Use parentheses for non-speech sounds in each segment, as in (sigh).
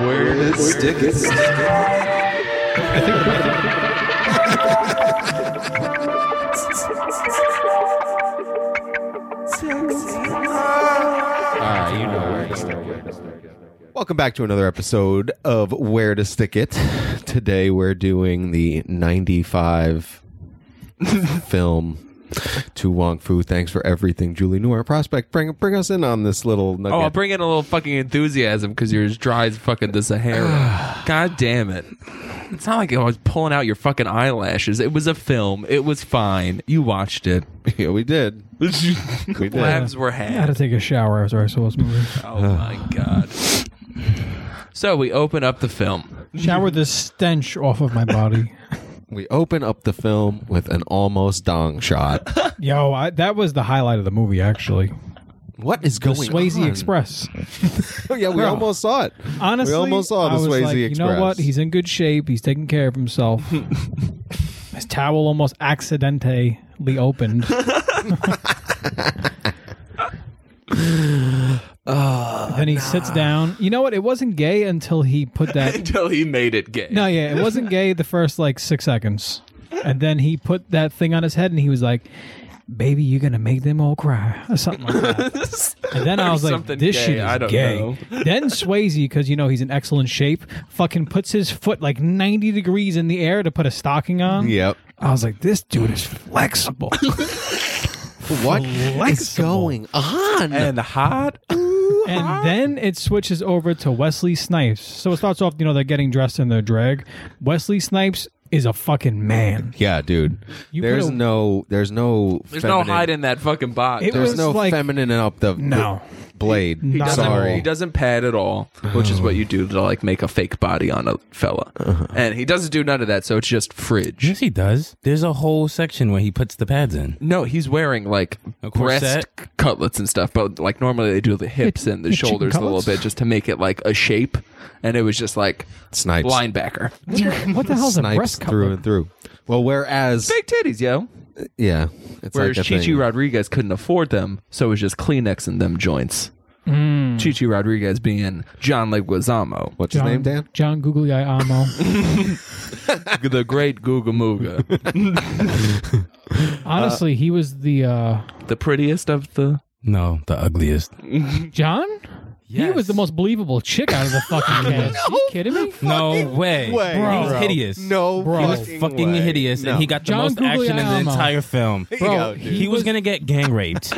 Where is stick it? All right, Ah, you know where to stick it. Welcome back to another episode of Where to Stick It. Today we're doing the (laughs) 95 film to Wong Fu. Thanks for everything, Julie New, our prospect. Bring bring us in on this little nugget. Oh, I'll bring in a little fucking enthusiasm because you're as dry as fucking the Sahara. God damn it. It's not like I was pulling out your fucking eyelashes. It was a film. It was fine. You watched it. (laughs) yeah, we did. We did. Labs were I had to had. take a shower after I saw this movie. Oh my god. So we open up the film. (laughs) Shower the stench off of my body. We open up the film with an almost dong shot. (laughs) (laughs) Yo, I, that was the highlight of the movie, actually. What is The going Swayze on? Express. Oh, (laughs) yeah, we Bro. almost saw it. Honestly, we almost saw I the was Swayze like, Express. you know what? He's in good shape. He's taking care of himself. (laughs) His towel almost accidentally (laughs) opened. (laughs) then he sits down. You know what? It wasn't gay until he put that Until he made it gay. No, yeah, it wasn't gay the first like six seconds, and then he put that thing on his head and he was like, "Baby, you're gonna make them all cry" or something like that. (laughs) And then I was like, something "This gay, shit is I don't gay." know. (laughs) Then Swayze, because you know he's in excellent shape, fucking puts his foot like ninety degrees in the air to put a stocking on. Yep. I was like, "This dude is flexible." What is Flexible. going on? And hot. and then it switches over to Wesley Snipes. So it starts off, you know, they're getting dressed in their drag. Wesley Snipes is a fucking man. yeah, dude. You there's could've- no. There's no. There's feminine, no hide in that fucking box. It There's was no like- feminine up the No. the blade. He doesn't- Sorry. He doesn't pad at all, which is what you do to like make a fake body on a fella. Uh-huh. And he doesn't do none of that, so it's just fridge. Yes, he does. There's a whole section where he puts the pads in. No, he's wearing like A corset? breast c- cutlets and stuff, but like normally they do the hips and the chicken shoulders a little cutlets? bit just to make it like a shape. And it was just like Snipes. linebacker. What the hell's a Snipes breast through cutlet? and through. Well, whereas Big titties, yo. yeah, it's Whereas like a Chichi thing. Rodriguez couldn't afford them, so it was just Kleenex and them joints. Hmm. Chichi Rodriguez being John Leguizamo, What's his name, Dan? John Googly (laughs) Eye Amo. the great Googamuga, Honestly, he was the uh (laughs) the prettiest of the. No, the ugliest. John. He was the most believable chick out of the (laughs) fucking cast. you kidding me? No way. way, He was bro. hideous. No, Bro. He was fucking way. hideous, No. and he got the John most action in the Guglielmo. entire film. Bro, dude. He was gonna get gang raped. they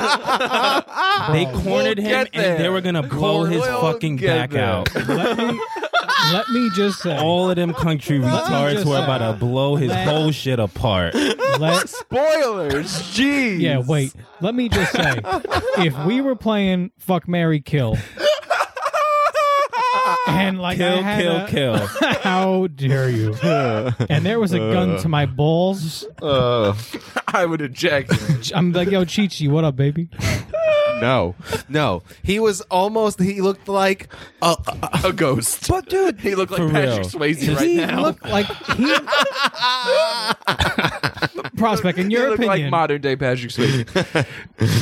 cornered him, get and they there. were gonna blow his We'll fucking get back there. out. let me let me just say, All of them country retards just were say- about to blow his Let- whole shit apart. let, Spoilers, jeez. (laughs) yeah, wait. Let me just say, if we were playing Fuck Mary Kill, and like I Kill, had kill, a- kill. (laughs) how dare (laughs) you? and there was a gun to my balls. Uh. I would eject. I'm like, yo, Chichi, what up, baby? (laughs) No, no. He was almost. He looked like a, a, a ghost. But dude, He looked like For Patrick real. Swayze right he now. looked like he. Prospect, in You your look opinion, like modern day Patrick Swayze. (laughs)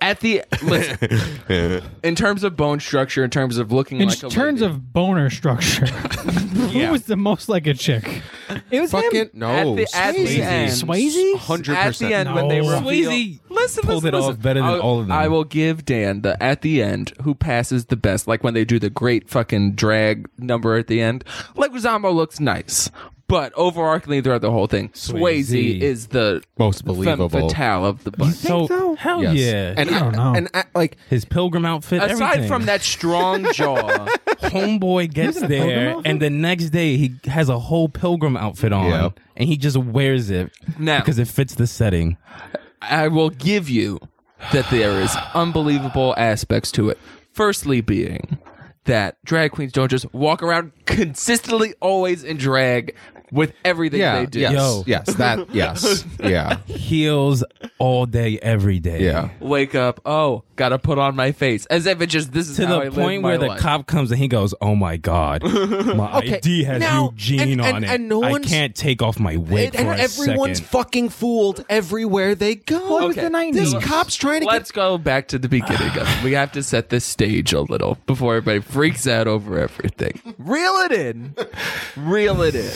At the listen, (laughs) in terms of bone structure, in terms of looking in like a terms lady, of (laughs) boner structure, who was the most like a chick? It was fucking him. no. At the- at the Swayze. end. Swayze. hundred at the percent. end when they No. were Swayze listen, pulled listen, it off listen. better than I'll- all of them. I will give Dan the at the end who passes the best, like when they do the great fucking drag number at the end. Leguizamo looks nice. But overarchingly throughout the whole thing, Swayze, Swayze. is the Most believable. femme fatale of the bunch. So hell Yes. yeah. And I don't know. And I, like his pilgrim outfit. Aside everything. from that strong jaw, homeboy gets Isn't it Pilgrim there outfit? and the next day he has a whole pilgrim outfit on Yeah. and he just wears it Now- because it fits the setting I will give you that there is unbelievable aspects to it. Firstly, being that drag queens don't just walk around consistently always in drag with everything yeah, they do. yes, Yo. (laughs) yes, that yes, yeah. heels all day, every day. Yeah. Wake up. Oh, gotta put on my face as if it just this is To how the I live point my where the life. cop comes and he goes, "Oh my (laughs) god, my Okay, ID has now- and- Eugene on and- it. and no I one's- can't take off my wig And, for and a everyone's second. fucking fooled everywhere they go. was the Okay. 90s. This cop's trying to Let's go back to the beginning. of it. We have to set the stage a little before everybody freaks out over everything. Reel it in. Reel it in.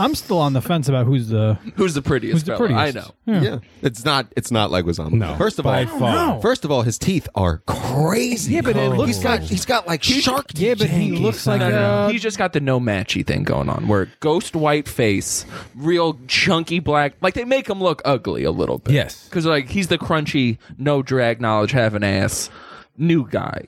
I'm still on the fence about who's the. Who's the prettiest? Who's the fella? prettiest? I know. get. Yeah. It's not. It's not Leguizamo. Hmm. No. First of By all, far. No. first of all, his teeth are crazy. Yeah, but it cold. looks he's got like- he's got like shark teeth. Yeah, but he Jenkins, looks like I No, don't no, a. He's just got the no matchy thing going on, where ghost white face, real chunky black. Like they make him look ugly a little bit. Yes. because like he's the crunchy, no drag knowledge, have an ass, new guy.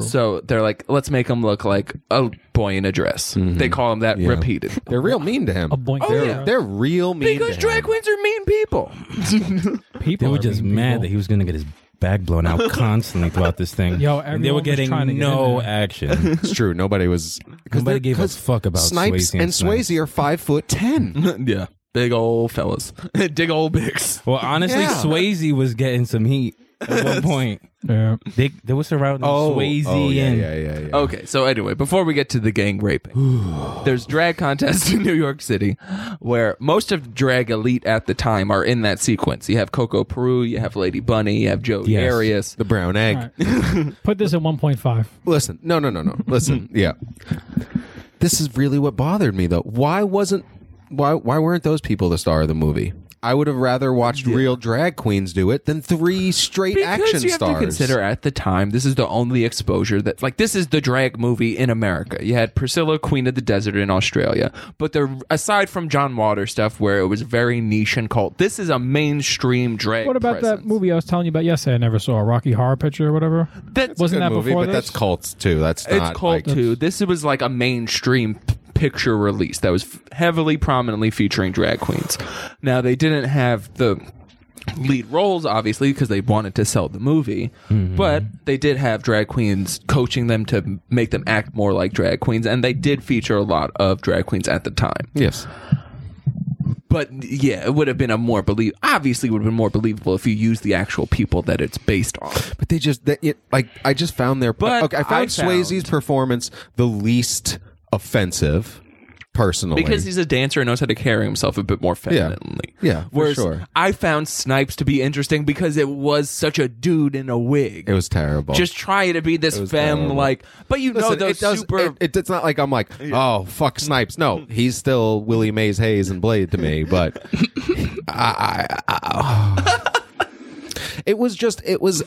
So they're like, let's make him look like a boy in a dress. They call him that repeated They're real mean to him. A boink. they're, yeah. they're real mean. because to drag him. queens are mean people. People They were are just mean mad people. that he was going to get his back blown (laughs) out constantly throughout this thing. Yo, and they were everyone was getting trying to get in no there. (laughs) action. It's true. Nobody was. Because Nobody gave a fuck about Snipes Swayze and and Snipes. Swayze are five foot ten. (laughs) yeah, big old fellas, (laughs) big old bigs. Well, honestly, Yeah. Swayze was getting some heat at one point. Yeah. They they were surrounding (laughs) Swayze oh, yeah, and yeah, yeah, yeah. Okay, so anyway, before we get to the (sighs) gang raping, there's drag contests in New York City where most of drag elite at the time are in that sequence. You have Coco Peru, you have Lady Bunny, you have Joe Yes. Darius. The brown egg. Put this at 1.5. Listen, no, no, no, no. (laughs) Listen, yeah. This is really what bothered me though. Why wasn't why why weren't those people the star of the movie? I would have rather watched real drag queens do it than three straight action you have stars. to consider at the time, this is the only exposure that, like, this is the drag movie in America. You had Priscilla, Queen of the Desert in Australia, but the aside from John Water stuff, where it was very niche and cult, this is a mainstream drag. What about that presence. movie I was telling you about yesterday? I never saw a Rocky Horror Picture or whatever. That's Wasn't Good that movie, before but this? that's cults too. That's It's not called like- too. This was like a mainstream p- picture release that was f- heavily prominently featuring drag queens. Now they didn't have the lead roles obviously because they wanted to sell the movie, Mm-hmm. but they did have drag queens coaching them to m- make them act more like drag queens and they did feature a lot of drag queens at the time. yes. But yeah, it would have been a more believe obviously would have been more believable if you used the actual people that it's based on. But they just they, it, like I just found their But okay, I found I found- Swayze's performance the least offensive personally. because he's a dancer and knows how to carry himself a bit more femininely. Yeah, for Whereas sure. I found Snipes to be interesting because it was such a dude in a wig. it was terrible. just trying to be this was femme terrible. like, but you know Listen, those it does, super. it- it- it's not like I'm like, oh fuck Snipes. No, he's still Willie Mays Hayes and Blade to me, (laughs) but I, I, I- (sighs) it was just it was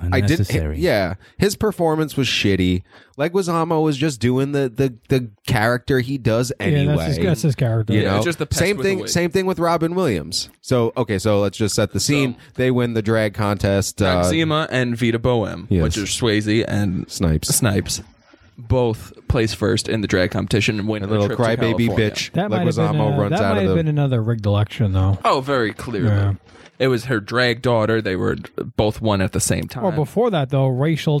I did unnecessary. yeah. His performance was shitty. Leguizamo was just doing the the the character he does anyway. Yeah, that's his, that's his character. You Yeah, know, it's just the pest same with a thing. wig. Same thing with Robin Williams. So okay, so let's just set the scene. they win the drag contest. Uh, Maxima and Vita Bohem, Yes. which are Swayze and Snipes, Snipes, both place first in the drag competition and win a a little trip to crybaby California. bitch. That might have been, Leguizamo uh, runs that out of might have the been another rigged election, though. Oh, very clearly. Yeah. It was her drag daughter. They were both one at the same time. Or before that, though, racial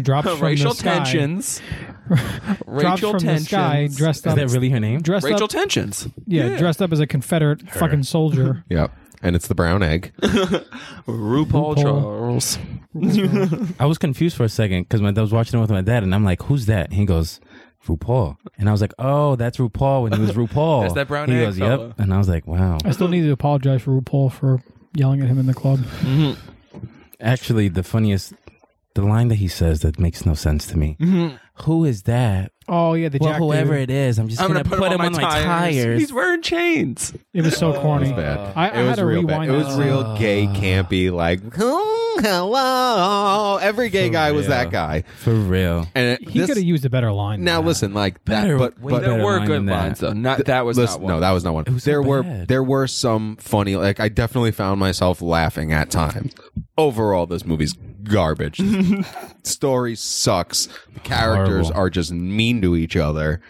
(laughs) drops (laughs) from racial the sky. (laughs) tensions. Drops racial from tensions. the sky, dressed Is up. that really her name? dressed racial up, tensions. yeah, dressed up as a Confederate (laughs) fucking soldier. Yep. And it's the brown egg. RuPaul, RuPaul. Charles. I was confused for a second because I was watching it with my dad, and I'm like, "Who's that?" And he goes, "RuPaul," and I was like, "Oh, that's RuPaul." When he was RuPaul, That's that brown He egg goes, fella. "Yep," and I was like, "Wow." I still need to apologize for RuPaul for yelling at him in the club. Actually, the funniest, the line that he says that makes no sense to me. Who is that? Oh yeah, the Well, jack whoever it dude. is, I'm just I'm gonna, gonna put, him on, my tires. He's wearing chains. It was so corny. Bad. I, I it Oh, was had to real rewind. bad. It that was real gay, campy, like, "Oh, hello. Every gay guy was that guy. For real. And it, scene. He this, could have used a better line. now than that. listen, like that, Better- but, way but better. There were line good than that. lines though. Not that was listen, not one. no, that was not one. was so there were bad. there were some funny like I definitely found myself laughing at times. Overall, this movie's garbage. (laughs) Story sucks. The characters Horrible. are just mean to each other.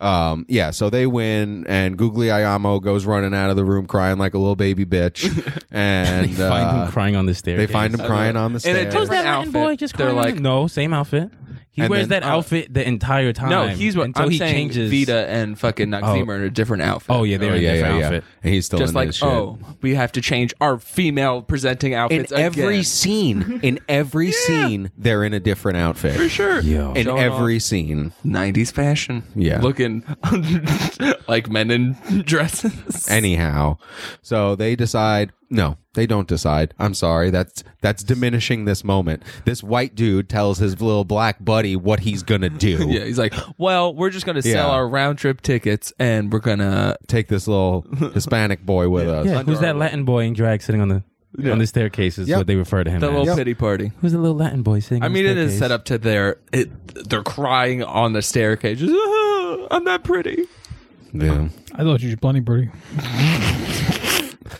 Um, yeah, so they win, and Googly Ayamo goes running out of the room crying like a little baby (laughs) bitch, and They find uh, him crying on the they staircase. find him crying on the And it stairs. does- Different outfit. They're They're like- like, no, same outfit. He And wears then- that oh. outfit the entire time. No, he's what until I'm he saying. changes. Vita and fucking Noxzema Oh. are in a different outfit. Oh yeah, they're Oh, in a yeah, different yeah, yeah. outfit. And he's still just in like his shit. oh, we have to change our female presenting in outfits every again. scene, in (laughs) every scene, they're in a different outfit. for sure. Yo. In Oh, Showing every scene, 90s fashion. Yeah. Looking (laughs) like men in (laughs) dresses. anyhow. So they decide. No, they don't decide. I'm sorry. That's that's diminishing this moment. This white dude tells his little black buddy what he's (laughs) gonna do. yeah, he's like, well, we're just going to sell Yeah. our round trip tickets and we're going to. Take this (laughs) little Hispanic boy with us. Yeah, who's that Underarm. Latin boy in drag sitting on the on the staircase? Is Yep. what they refer to him. The as. little pity party. Who's the little Latin boy sitting? I on the mean, it is staircase? set up to their. It, they're crying on the staircase. Just, "Ah, I'm not pretty. Yeah. I thought you were plenty pretty.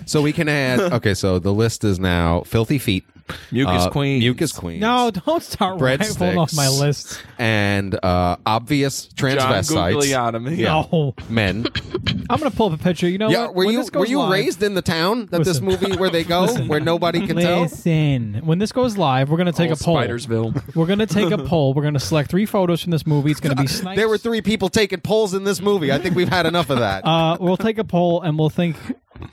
So we can (laughs) add. Okay, so the list is now filthy feet, Mucus uh, queen. mucus queen, No, don't start rifling off my Breadsticks. list. and uh, obvious John transvestites. Gugliotomy. No, (laughs) Men. I'm gonna pull up a picture. You know Yeah, what? were When you this goes were you live- raised in the town that (laughs) Listen. this movie where they go where nobody can tell? Listen, when this goes live, we're gonna take Old a poll. Spidersville. We're gonna (laughs) take a poll. We're gonna select three photos from this movie. It's gonna be snipes. There were three people taking polls in this movie. I think we've had enough of that. (laughs) Uh, we'll take a poll and we'll think.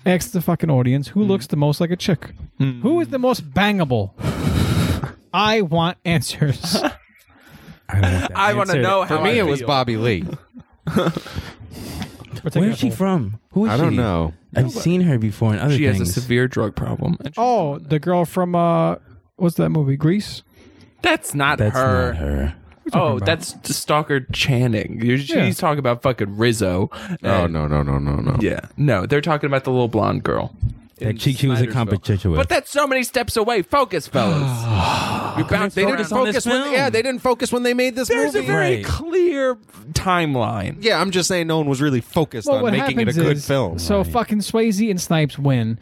Ask the fucking audience Hmm. who looks the most like a chick. Who is the most bangable? I want (laughs) answers. (laughs) I want to know how For me, I it was feel. Bobby Lee. We're taking Where's a she poll. from? Who is I she? don't know. I've seen her before in other She has a things. severe drug problem. And she- Oh, the girl from uh, what's that movie? Grease. That's not That's her. not her. Oh, that's Stalker Channing. You're- She's Yeah. talking about fucking Rizzo. Oh And- no no no no no. Yeah. No, they're talking about the little blonde girl. That chick she was a Spidersville. competition with. But that's so many steps away. Focus, fellas. You're bound They didn't Focus on this focus when film. yeah they didn't focus when they made this There's a movie. very Right. clear timeline. yeah, I'm just saying no one was really focused Well, on what making it a happens good is, film. so fucking Swayze and Snipes win.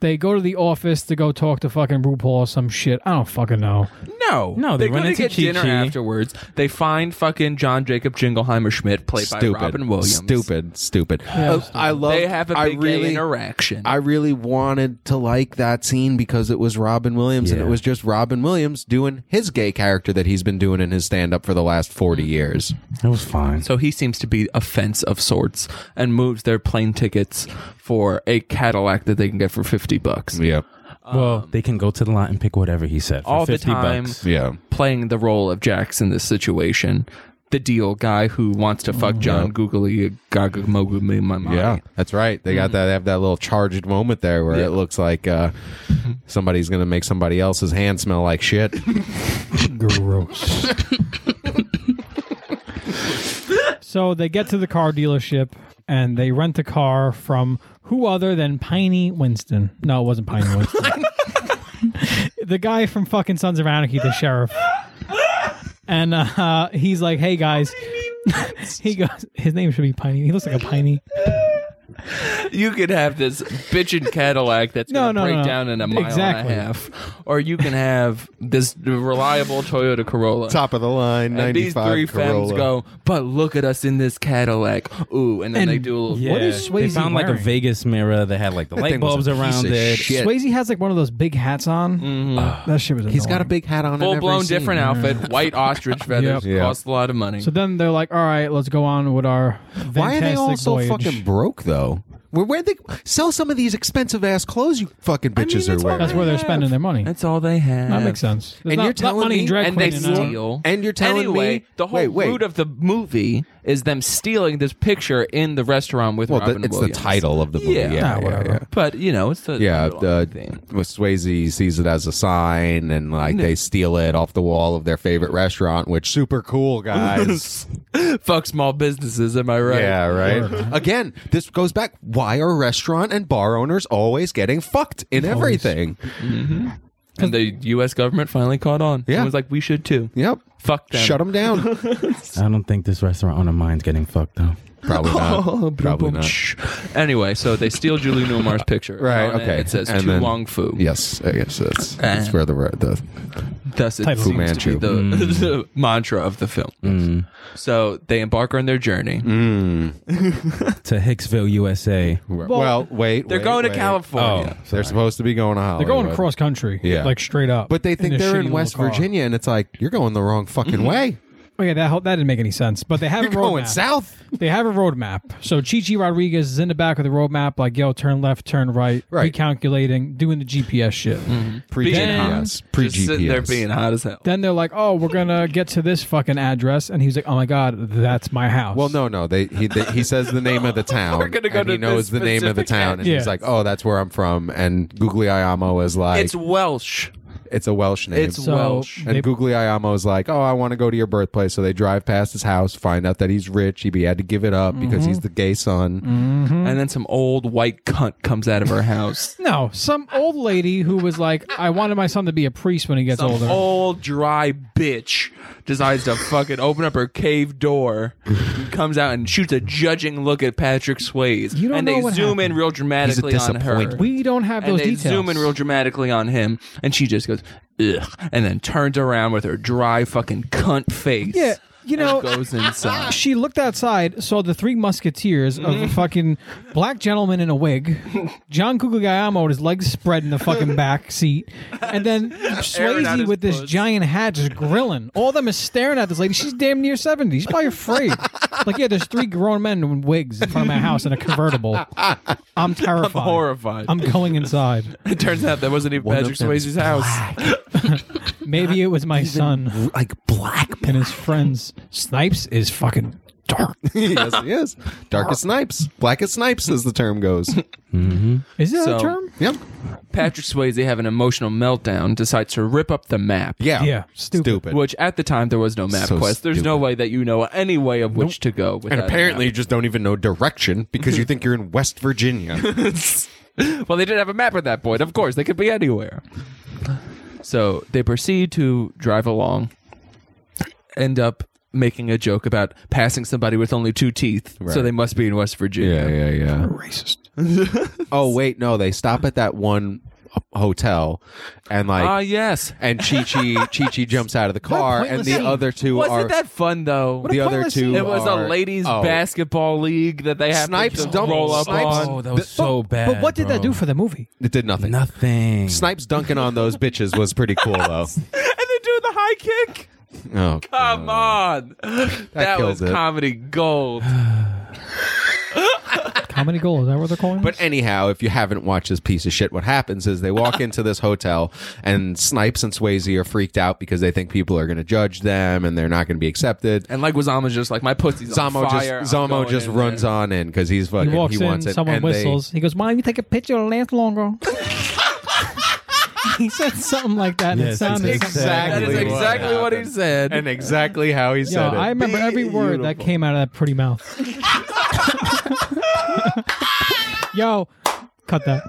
They go to the office to go talk to fucking RuPaul or some shit. I don't fucking know. No, No, they go run to into get dinner Chi-Chi. afterwards. They find fucking John Jacob Jingleheimer Schmidt, played by Robin Williams. Stupid, stupid. Uh, I love. They have a I big gay really, interaction. I really wanted to like that scene because it was Robin Williams, and Yeah. it was just Robin Williams doing his gay character that he's been doing in his stand up for the last forty years. That was fine. so he seems to be a fence of sorts and moves their plane tickets for a Cadillac that they can get for fifty bucks. Yeah, well, they can go to the lot and pick whatever he said. For Um, all the 50 time. Bucks. yeah. playing the role of Jax in this situation. The deal guy who wants to fuck John Googly Gaga Mogu me my mind. Mm, Yeah, that's right. Mm. They got that. They have that little charged moment there where Yeah. it looks like uh, (laughs) somebody's going to make somebody else's hand smell like shit. Gross. so they get to the car dealership and they rent the car from who other than Piney Winston. No, it wasn't Piney Winston. (laughs) the guy from fucking Sons of Anarchy, the sheriff. And uh, he's like, hey guys. (laughs) he goes, his name should be Piney. He looks like a Piney. You could have this bitchin' Cadillac that's No, gonna no, break no. down in a mile Exactly. and a half. Or you can have this reliable Toyota Corolla. (laughs) Top of the line, and these ninety-five three Corolla. femmes go, but look at us in this Cadillac. Ooh, and then And- they do a little What is They Swayze found like a wearing? Vegas mirror that had like the light thing was a piece bulbs around of it. shit. Yeah. Mm-hmm. Swayze has like one of those big hats on. That shit was. He's got a annoying. big hat on. in full every blown scene. different outfit, (laughs) white ostrich feathers, Yeah. costs a lot of money. So then they're like, "All right, let's go on with our Why are they all fantastic so voyage." fucking broke though? Where where they sell some of these expensive ass clothes you fucking bitches that's are wearing? That's where they're spending their money. That's all they have. That makes sense. There's And not, you're not telling money in me- drag and they queen, you know? steal. And you're telling anyway, me- the whole wait, wait. root of the movie is them stealing this picture in the restaurant with well, Robin the, it's Williams. the title of the movie. Yeah. Yeah, Ah, yeah, whatever. yeah. but you know, it's the Yeah, the the, with Swayze sees it as a sign, and like Mm-hmm. they steal it off the wall of their favorite restaurant, which super cool (laughs) guys. fuck small businesses. Am I right? yeah, right. (laughs) Again, this goes back. Why are restaurant and bar owners always getting fucked in everything? And the U.S. government finally caught on. Yeah. and was like, we should too. Yep. Fuck them. Shut 'em Shut (laughs) them down. I don't think this restaurant owner minds getting fucked though. Probably (laughs) not. Probably not. Uh, Anyway, so they steal (laughs) Julie Newmar's picture. Right, On it, okay. It says And Tu then- Wong Fu. Yes, I guess that's, Uh. that's where the, the Thus, it Title. seems Fu Manchu. to be Mm. the, (laughs) the mantra of the film. Mm. So they embark on their journey. Mm. To Hicksville, USA. well, wait. They're wait, going to wait. Oh. California. They're supposed to be going to Hollywood. They're going cross country, Oh, Yeah. like straight up. but they think a they're shitty in West little car. Virginia, and it's like you're going the wrong fucking way. Okay, that whole, that didn't make any sense. But (laughs) they have You're a roadmap. going south. They have a roadmap. So Chichi Rodriguez is in the back of the roadmap, like yo, turn left, turn right, Right. Mm-hmm. recalculating, doing the GPS shit. Pre Being- GPS. Pre Just sitting there GPS. being hot as hell. Then they're like, oh, we're gonna get to this fucking address, and he's like, oh my god, that's my house. Well, no, no. They he they, he says the name of the town. (laughs) We're gonna go and to he knows the this name of the specific town, and he's Yeah. like, "Oh, that's where I'm from." And Googly Ayamo is like, it's "It's, Welsh. a Welsh name." It's so Welsh. and they- Googly Ayamo is like, "Oh, I want to go to your birthplace." So they drive past his house, find out that he's rich. He be had to give it up because Mm-hmm. he's the gay son. hmm. And then some old white cunt comes out of her house. No, some old lady who was like, I wanted my son to be a priest when he gets Some older. old dry bitch decides to fucking open up her cave door, and comes out and shoots a judging look at Patrick Swayze. You don't and know they what zoom in happened. real dramatically on her. disappointment. we don't have and those they details. zoom in real dramatically on him, and she just goes, ugh, and then turns around with her dry fucking cunt face. Yeah, you and know- goes (laughs) inside. she looked outside, saw the three musketeers of Mm-hmm. a fucking black gentleman in a wig, John Cucugayamo with his legs spread in (laughs) the fucking back seat, and then Airing out Swayze his with this puss. giant hat just grilling. All of them is staring at this lady. She's damn near 70. She's probably afraid. Like, yeah, there's three grown men in wigs in front of my house in (laughs) a convertible. I'm terrified. Horrified. I'm going inside. (laughs) it turns out that wasn't even One of Patrick them's Swayze's house. Maybe it was my son. Like black. and his friends. Snipes is fucking dark. (laughs) yes, he is. Darkest snipes, blackest snipes, as the term (laughs) goes. Is that So- a term? Yep. Patrick Swayze have an emotional meltdown, decides to rip up the map. Yeah. Yeah, stupid. Which at the time there was no map So quest. There's no stupid. way that you know any way of which to go. And without a apparently, you just don't even know direction because you think you're in West (laughs) Virginia. map. well, they didn't have a map at that point. Of course, they could be anywhere. So they proceed to drive along, end up making a joke about passing somebody with only two teeth. So Right. they must be in West Virginia. yeah, yeah. Racist. Oh wait, no, they stop at that one uh, hotel, and like, Ah, yes. and Chi Chi Chi Chi jumps out of the car, and pointless the scene. other two Wasn't are that fun though? the other pointless two. scene. it was are- a ladies' oh, basketball league that they had Snipes to don't- roll up Snipes- on. Oh, that was so bad. But what did that bro. do for the movie? It did nothing. nothing? Snipes dunking on those bitches was pretty cool though. and then do the high kick. Oh, Come on, that, was killed it. comedy gold. Comedy gold. Is that what they're calling But anyhow, if you haven't watched this piece of shit, what happens is they walk into this hotel and Snipes and Swayze are freaked out because they think people are going to judge them and they're not going to be accepted. And like Wazama's just like my pussy's Zamo on fire. just I'm Zamo going just in runs there. on in because he's it? fucking He walks in, wants it. someone and they- whistles. He goes, Mom, you take a picture, it'll last longer. (laughs) he said something like that, and Yes, it he sounded did. something- That Exactly. is what exactly what he happened. said. and exactly how he Yo, said it. I remember every word that came out of that pretty mouth. (laughs) Yo, cut that.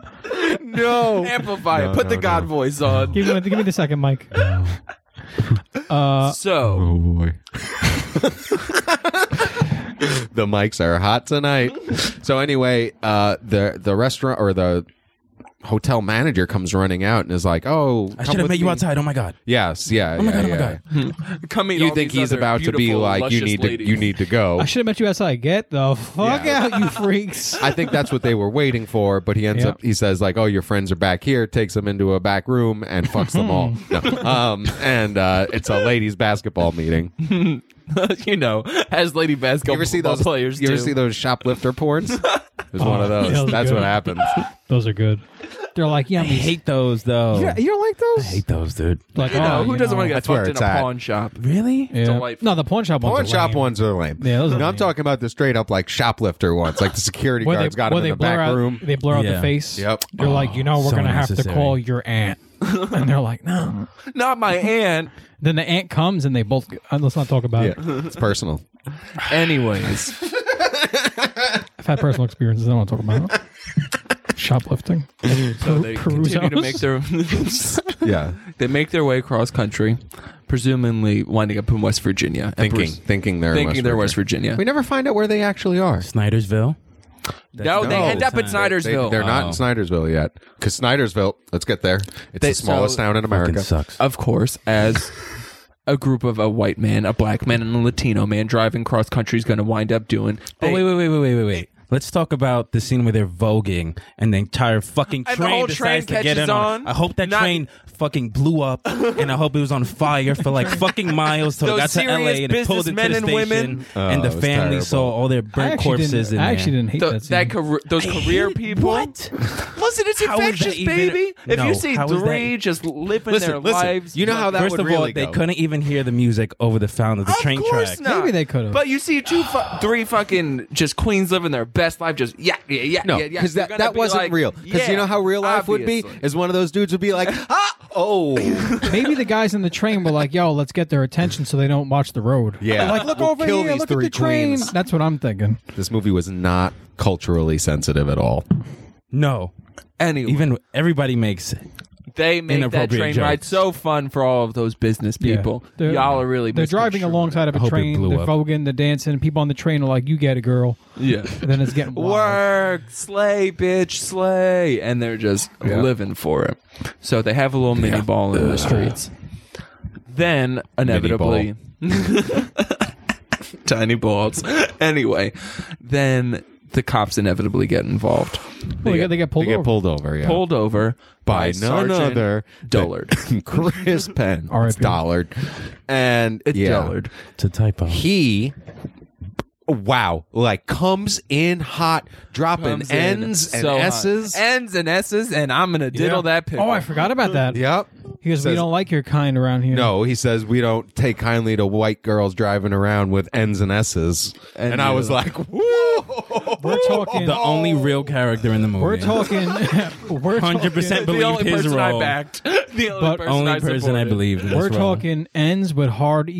(laughs) no, amplify it. Put the God voice on. Give me, give me the second mic. Uh, So Oh boy. the mics are hot (laughs) tonight. So anyway, uh, the the restaurant or the hotel manager comes running out and is like, "Oh, I come should have with met you me." outside. Oh my god. Yes, yeah. yeah, God, oh my yeah. God. come meet You all think these he's other about to be beautiful, like, "You luscious need ladies. to, you need to go." (laughs) I should have met you outside. Get the fuck Yeah. out, you freaks. (laughs) I think that's what they were waiting for, but he ends Yeah. up. He says like, "Oh, your friends are back here." Takes them into a back room and fucks them (laughs) all. No. Um, and uh, it's a ladies' basketball meeting. You (laughs) you know, as lady basketball ever see those players You ever do. see those shoplifter (laughs) porns? There's one of yeah, those. those are That's good. what (laughs) happens. Those are good. They're like, yeah, I hate those though. you don't like those? I hate those, dude. like, You know, oh, who you doesn't know. want to get That's where fucked in it's a at. pawn shop? Really? Yeah. delightful. No, the pawn shop ones. Porn are shop lame. ones are lame. Yeah, those are no, I'm lame. talking about the straight up like shoplifter ones, like the security Where they, guards got where him they in the blur back out, (laughs) room. They blur out Yeah. the face. Yep. They're like, you know, we're so gonna have to unnecessary. call your aunt, and they're like, no. Not (sighs) my aunt. Then the aunt comes, and they both. get- uh, let's not talk about Yeah, it. it's personal. Anyways, I've had personal experiences. I don't want to talk about it. Shoplifting. so they continue to make their (laughs) Yeah, They make their way across country, presumably winding up in West Virginia. and thinking, pres- thinking they're in thinking West they're Virginia. West Virginia. We never find out where they actually are. Snydersville. no, they no, end up in it's not. They, Snydersville. they're not in Snydersville yet. Because Snydersville, let's get there. It's the smallest so- town in Fucking America. sucks. of course, as a group of a white man, a black man, and a Latino man driving cross country is going to wind up doing. oh wait, wait, wait, wait, wait, wait, wait. Let's talk about the scene where they're voguing and the entire fucking And train the whole train decides to get catches in on. on. it. I hope that Not- train fucking blew (laughs) up, and I hope it was on fire for like fucking miles till Those it got to serious L.A. and it pulled into businessmen the and station, women. and Oh, the it was family terrible. saw all their I burnt actually, corpses. didn't, in I actually there. didn't hate Th- that scene. that career, those career people. Oh, What? Listen, it's How is that infectious, even- baby. If No, you see how is that- three just living Listen, their listen, lives, you know how that First would of all, really they go. couldn't even hear the music over the sound of the Of train course track. not. Maybe they could've. But you see two, fu- three fucking just queens living their best life. Just yeah, yeah, yeah, No, yeah, yeah. because They're that, gonna that be wasn't like, real. Because yeah, you know how real life would be obviously. is one of those dudes would be like, (laughs) ah, oh, Maybe the guys in the train were like, "Yo, let's get their attention so they don't watch the road." Yeah. like look We'll over kill here, these look at three the train. queens. That's what I'm thinking. this movie was not culturally sensitive at all. No, Anyway, even everybody makes they make that inappropriate train ride jokes. so fun for all of those business Yeah. people. They're- Y'all are really They're driving misconstruing alongside of I a hope it train. blew They're up. voguing, they're dancing, and people on the train are like, "You get it, girl." (laughs) Yeah. And then it's getting wild. Work, slay, bitch, slay, and they're just Yeah. living for it. So they have a little mini ball in the streets. Then inevitably, tiny balls. anyway, then the cops inevitably get involved. Well, they, get, they get They pulled get over. pulled over, yeah. Pulled over by none Sergeant other than (laughs) Dullard. Chris Penn. It's R.I.P.. Dollard. And It's yeah, Dullard. to typo. he wow, like comes in hot, dropping Comes in N's and so hot. S's. Ends and S's, and I'm gonna diddle that pickle. Oh, I forgot about that. yep. He goes, "We Says- don't like your kind around here." No, he says we don't take kindly to white girls driving around with N's and S's. And, And I you- was like, whoa. we're talking. The only real character in the movie. (laughs) we're talking. we're Hundred talking- percent the believe only his person I role. backed. (laughs) The only But person Only I person I supported. believe. in this We're role. talking ends with hard ers.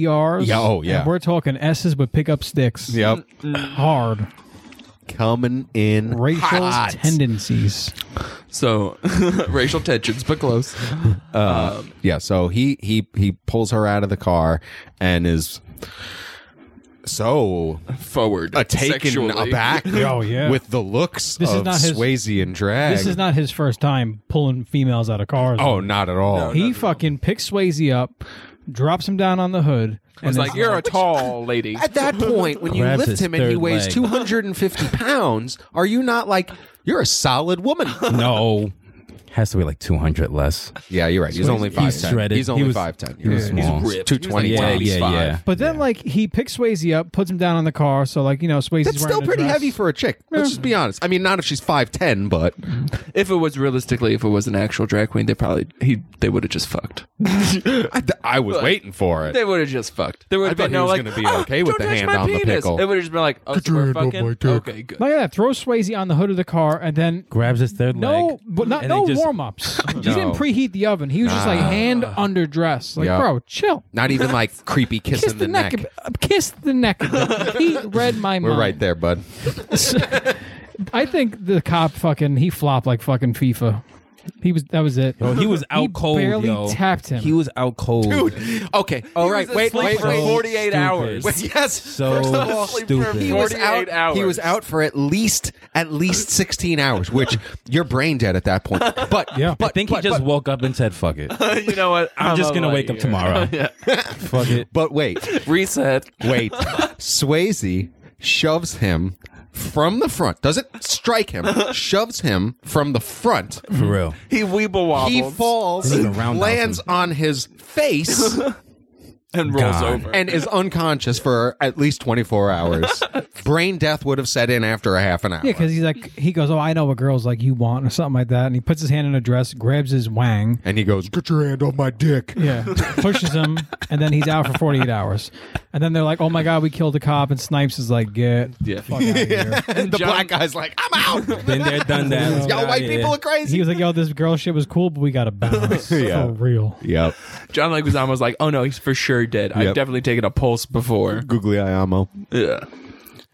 Yeah, oh, and yeah. we're talking s's with pick up sticks. Yep. hard Coming in racial hot. tendencies. So (laughs) racial tensions, but close. yeah so he he he pulls her out of the car and is so Forward. uh, taken (laughs) sexually. aback Oh, yeah. with the looks This is of not his- Swayze and drag. This is not his first time pulling females out of cars. oh, not at all. he fucking picks Swayze up, drops him down on the hood, and It's then- like you're a tall lady. at that point, when you Grabs lift his him and he third weighs (laughs) leg. 250 pounds, are you not like, you're a solid woman? No. Has to be like 200 less. (laughs) yeah, you're right. He's only he's 5'10. shredded. He's only He was- 5'10. he was You're right. small. He's Ripped. 220. He was Yeah, like yeah, 85. yeah. But then, like, he picks Swayze up, puts him down on the car. So, like, you know, Swayze's That's wearing still a pretty dress. heavy for a chick. Let's just be honest. I mean, not if she's 5'10, but (laughs) If it was realistically, if it was an actual drag queen, they probably he they would have just fucked. I, I was waiting for it. They would have just fucked. There would have thought been he no was like gonna be "Oh, okay with the don't touch hand my on the penis." pickle. It would have just been like, oh, so we're fucking okay, good. Look at that. Throw Swayze on the hood of the car, and then Grabs his third no, leg. but not and they no just- warm ups. He didn't preheat the oven. He was just like hand under dress. Like, Yeah. bro, chill. Not even (laughs) like creepy kissing Kiss the, neck. a bit. Kiss the neck. a bit. he read my mind. We're right there, bud. I think the cop fucking he flopped like fucking FIFA. He was that was it. Yo, he was out he cold. barely yo. tapped him. He was out cold. Okay. All was right. Wait, asleep wait, for wait. 48 hours. (laughs) Wait, Yes. So First of all, stupid. He was 48 out. hours. He was out for at least at (laughs) least sixteen hours, which you're brain dead at that point. But (laughs) Yeah. but, I think he but- just But, woke up and said, (laughs) fuck it. I'm, (laughs) you know what? I'm, just going to gonna wake let up you. tomorrow. Fuck it. but wait, Reset. (laughs) wait. Swayze shoves him from the front. Doesn't strike (laughs) him. Shoves him from the front. For real. He weeble wobbles. He falls, Didn't even roundhouse lands him. on his (laughs) face, and rolls Gone. over. and is unconscious for at least 24 hours. (laughs) Brain death would have set in after a half an hour. (laughs) yeah, because he's like he goes, oh, I know what girls like you want or something like that, and he puts his hand in a dress, grabs his wang, and he goes, Get your hand off my dick. yeah, pushes him, and then he's out for forty eight hours, and then they're like, oh my god, we killed the cop, and Snipes is like, get Yeah. the fuck out of (laughs) here. And the John- black guy's like, (laughs) I'm out. (laughs) Been there, done that. Let's Y'all get white outta here. people are crazy. He was like, yo, this girl shit was cool, but we gotta (laughs) bounce Yeah. for real. Yep. John Leguizamo was like, "Oh no, he's for sure dead. Yep. I've definitely taken a pulse before." Googly eye ammo. Yeah.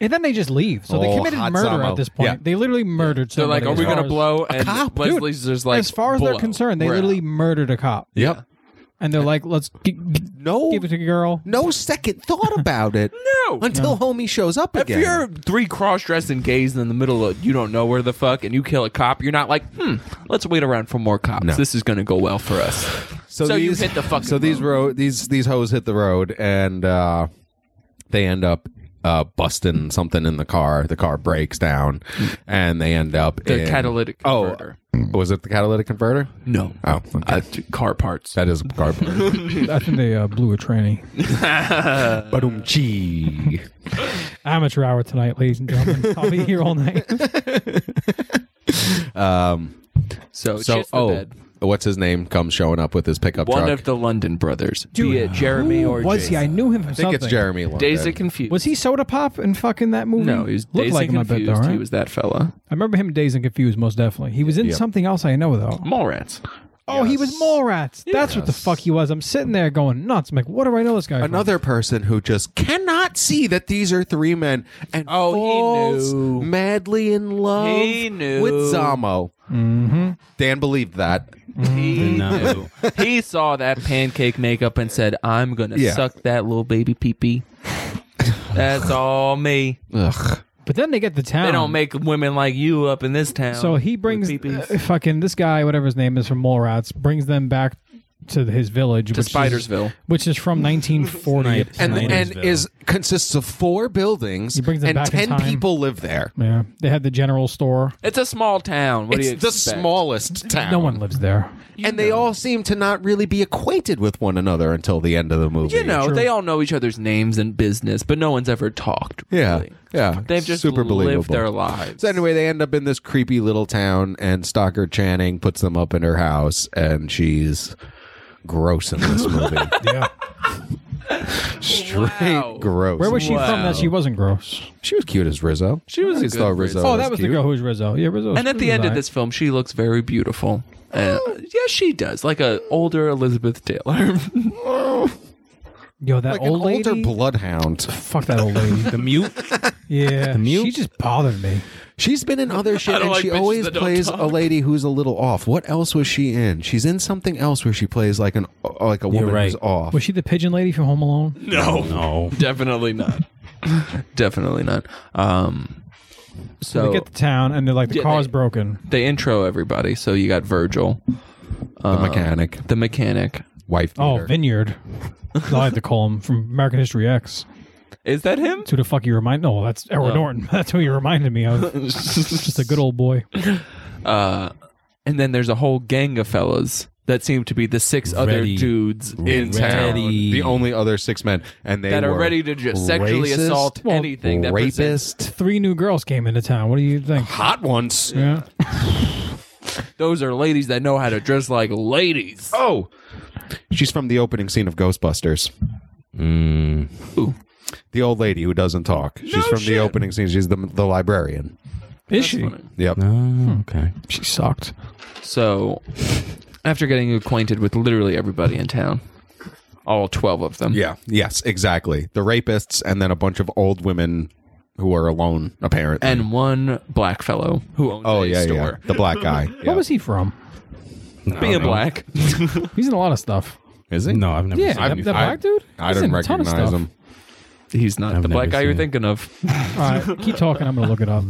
And then they just leave. So Oh, they committed hot murder Samo. at this point. Yeah. They literally murdered. They're like, somebody "Are we as far gonna as- blow?" And cop, dude. Leslie's just like, As far as "Blow. they're concerned, they We're literally out." murdered a cop. Yep. and they're like, let's g- g- No. give it to your girl. No second thought about it. (laughs) No. Until homie shows up If again. you're three cross-dressing gays in the middle of you don't know where the fuck and you kill a cop, you're not like, hmm, let's wait around for more cops. No. This is gonna go well for us. so you hit the fucking So these road. road these these hoes hit the road and uh, they end up uh, busting something in the car. The car breaks down, and they end up The in, catalytic Oh. converter. Was it the catalytic converter? No. Oh, okay. Uh, t- car parts. that is (laughs) garbage. I think they uh, blew a tranny. Badum chee. Amateur hour tonight, ladies and gentlemen. I'll be here all (laughs) night. So, So, shits the oh, bed. what's his name? Comes showing up with his pickup one truck. of the London brothers, be it Jeremy or was he? I Jason. knew him from I think something. it's Jeremy. London. Dazed and confused. Was he soda pop in fucking that movie? No, he was dazed and confused. He was that fella. I remember him dazed and confused most definitely. He was in something else I know though. Mallrats. Oh, he was mole rats. That's what the fuck he was. I'm sitting there going nuts. I'm like, what do I know this guy? from? Another person who just cannot see that these are three men and Oh, he falls knew. madly in love He knew. with Zamo. Mm-hmm. Dan believed that. (laughs) He No. (laughs) he saw that pancake makeup and said, "I'm gonna Yeah. suck that little baby pee pee." (laughs) That's all me. Ugh. But then they get the town. They don't make women like you up in this town. Um, So he with brings pee-pees. uh, (laughs) fucking this guy, whatever his name is from mole rats, brings them back to his village, to which is, Spidersville. which is from 1940. And Snyder's and Bill. is consists of four buildings He brings them and back in ten time. people live there. yeah, they had the general store. It's a small town. What do you It's the expect? smallest town. No one lives there. and they all seem to not really be acquainted with one another until the end of the movie. You know, True. they all know each other's names and business, but no one's ever talked. Yeah. really. Yeah. They've just Super believable. lived their lives. So anyway, they end up in this creepy little town, and Stalker Channing puts them up in her house, and she's gross in this (laughs) movie. Yeah. Straight Wow. gross. Where was she from Wow. that she wasn't gross? She was cute as Rizzo. She was I a just good thought Rizzo. Rizzo. Oh, that was cute. the girl who was Rizzo. Yeah, Rizzo. And at the end of this film, she looks very beautiful. Uh, Oh. yeah, she does, like a older Elizabeth Taylor. (laughs) yo, that Like old an older lady. bloodhound. Fuck that old (laughs) lady. The mute. Yeah, mute? she just bothered me. She's been in other shit, don't and like she bitches always that don't plays talk. a lady who's a little off. What else was she in? She's in something else where she plays like an like a woman right. who's off. Was she the pigeon lady from Home Alone? No, No. definitely not. (laughs) definitely not. Um, so They get to town and they're like the Yeah, car's they- broken. they intro everybody. So you got Virgil, the mechanic, the mechanic. wife Oh, beater. Vineyard. I like to call him from American History X. Is that him? That's who the fuck you remind? No, that's Edward Norton. (laughs) That's who you reminded me of. Just a good old boy. And then there's a whole gang of fellas that seem to be the six other Ready. dudes in town Ready. Daddy. the only other six men, and they that are were ready to just sexually racist, assault anything that presents. rapist, Three new girls came into town. What do you think? hot ones. Yeah. Those are ladies that know how to dress like ladies. Oh, she's from the opening scene of Ghostbusters. Ooh. The old lady who doesn't talk. She's from the opening scene. She's the the librarian. Is she? Yep. Oh, okay. She sucked. So, after getting acquainted with literally everybody in town, all 12 of them. Yeah. Yes. Exactly. The rapists, and then a bunch of old women who are alone, apparently. And one black fellow who owns oh a yeah, yeah. store. The black (laughs) guy. Where was he from? Being black. He's in a lot of stuff. Is he? No, I've never Yeah, seen that, it. that I- black dude. I He's didn't in a ton of recognize stuff. him. He's not I've the black never guy you're seen it. thinking of. All right, keep talking. I'm gonna look it up.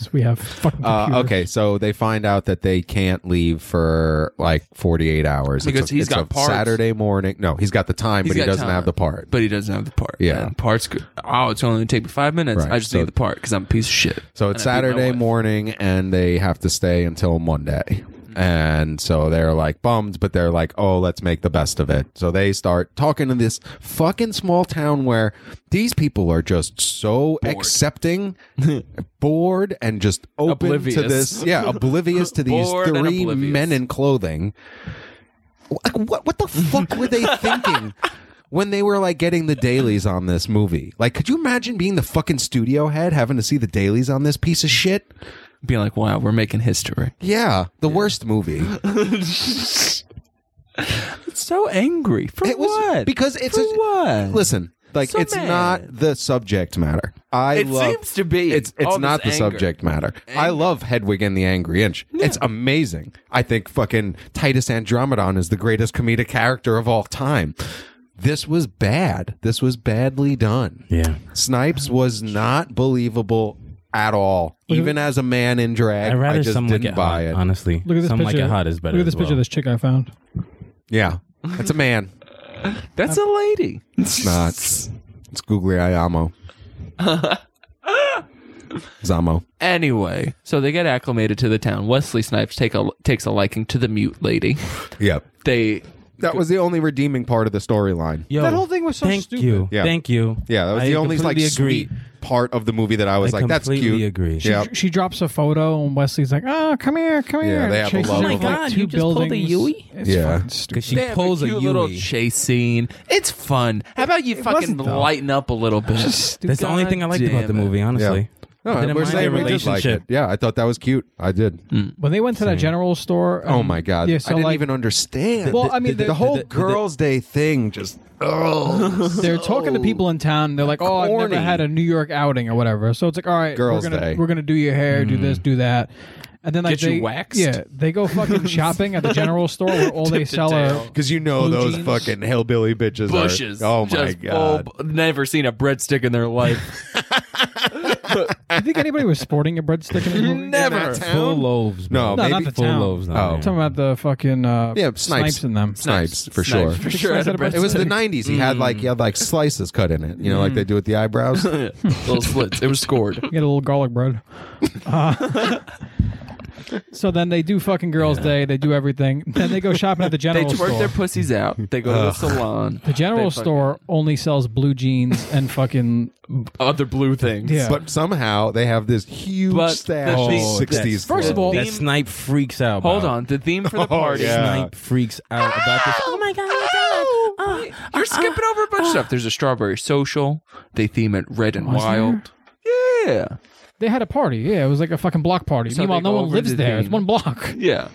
So we have fucking. Uh, computers. okay, so they find out that they can't leave for like 48 hours. Because it's a, he's it's got a parts. Saturday morning. No, he's got the time, He's but he got doesn't time. have the part. But he doesn't have the part. Yeah. And parts. go- Oh, it's only going to take me five minutes. Right, I just so- need the part because I'm a piece of shit. So it's And I beat my Saturday wife. morning, and they have to stay until Monday. Mm-hmm. And so they're like bummed, but they're like, oh, let's make the best of it. So they start talking to this fucking small town where these people are just so accepting, (laughs) bored, and just open to Oblivious. this. Yeah, oblivious (laughs) to these Bored and three oblivious. men in clothing. Like, what, what the fuck were (laughs) they thinking? When they were like getting the dailies on this movie, like, could you imagine being the fucking studio head having to see the dailies on this piece of shit? Being like, wow, we're making history. Yeah, the worst movie. It's so angry. For It was what? because it's For a, what? Listen, like So it's mad. not the subject matter. I It love, seems to be. It's it's All not the this anger. subject matter. I love Hedwig and the Angry Inch. It's amazing. I think fucking Titus Andromedon is the greatest comedic character of all time. This was bad. This was badly done. Yeah. Snipes was not believable at all. Even as a man in drag, I'd rather I just some didn't like it buy hot, it. honestly. Look at this some picture. like it hot is better. Look at this as picture of well. this chick I found. yeah, it's (laughs) a man. That's a lady. (laughs) It's not. It's googly eye Amo. Zamo. Anyway, so they get acclimated to the town. Wesley Snipes take a takes a liking to the mute lady. Yeah. They That was the only redeeming part of the storyline. Yo, That whole thing was so thank stupid. You. Yeah. Thank you. Yeah, that was I the only like completely sweet part of the movie that I was I like, that's completely cute. agree. Yeah. She, she drops a photo and Wesley's like, "Oh, come here, come Yeah, here." they have and a chases love him of, for, like, like, God, two you just pulled a buildings. Yui? It's Yeah. fucking stupid. Because she they have pulls a a, cute little Yui. chase scene. It's fun. How about you fucking wasn't, though. lighten up a little bit? That's the only thing I liked God about the damn it. movie, honestly. No, Didn't we're mind saying their we did like it. relationship. Mm-hmm. Yeah, I thought that was cute. I did. When they went to that general store, Oh um, my god! Yeah, so I didn't like even understand. Well, I mean, the, the- the whole the- the- Girls' Day thing just oh, they're talking to people in town. They're like, "Oh, I've Corny. never had a New York outing or whatever." So it's like, "All right, Girls' we're gonna Day. we're gonna do your hair, do Mm. this, do that." And then like Get you they, waxed? yeah, they (laughs) go fucking shopping at the general store where all they sell are because you know Blue those jeans. fucking hillbilly bitches. are- (laughs) bushes. oh my Just god! full- never seen a breadstick in their life. Do you think anybody was sporting a breadstick (laughs) in this movie? never. Full loaves. No, bro. No, maybe not the full town. loaves. Oh. Oh, I'm talking about the fucking uh, yeah, snipes. snipes in them. (laughs) snipes for Snipes, sure. For sure. had Snipes a at a breadstick. It was (laughs) the '90s. He had like he had like slices cut in it. You know, like they do with the eyebrows. (laughs) little slits. It was scored. (laughs) You Get a little garlic bread. Uh, so then they do fucking Girls' Day. They do everything. Then they go shopping at the They general twerk store. their pussies out. They go to the salon. (laughs) the general fucking- store only sells blue jeans and fucking Other blue things. (laughs) yeah. But somehow they have this huge But stash the- of Oh, '60s. first of all- that snipe freaks out. Hold bro. on. The theme for (laughs) the Oh, party. yeah. Snipe freaks out about this. Oh my god! Oh, You're skipping over a bunch of stuff. There's a strawberry social. They theme it red and wild. Yeah. they had a party. Yeah, it was like a fucking block party. So Meanwhile, they no go one over lives the there. theme. It's one block. Yeah.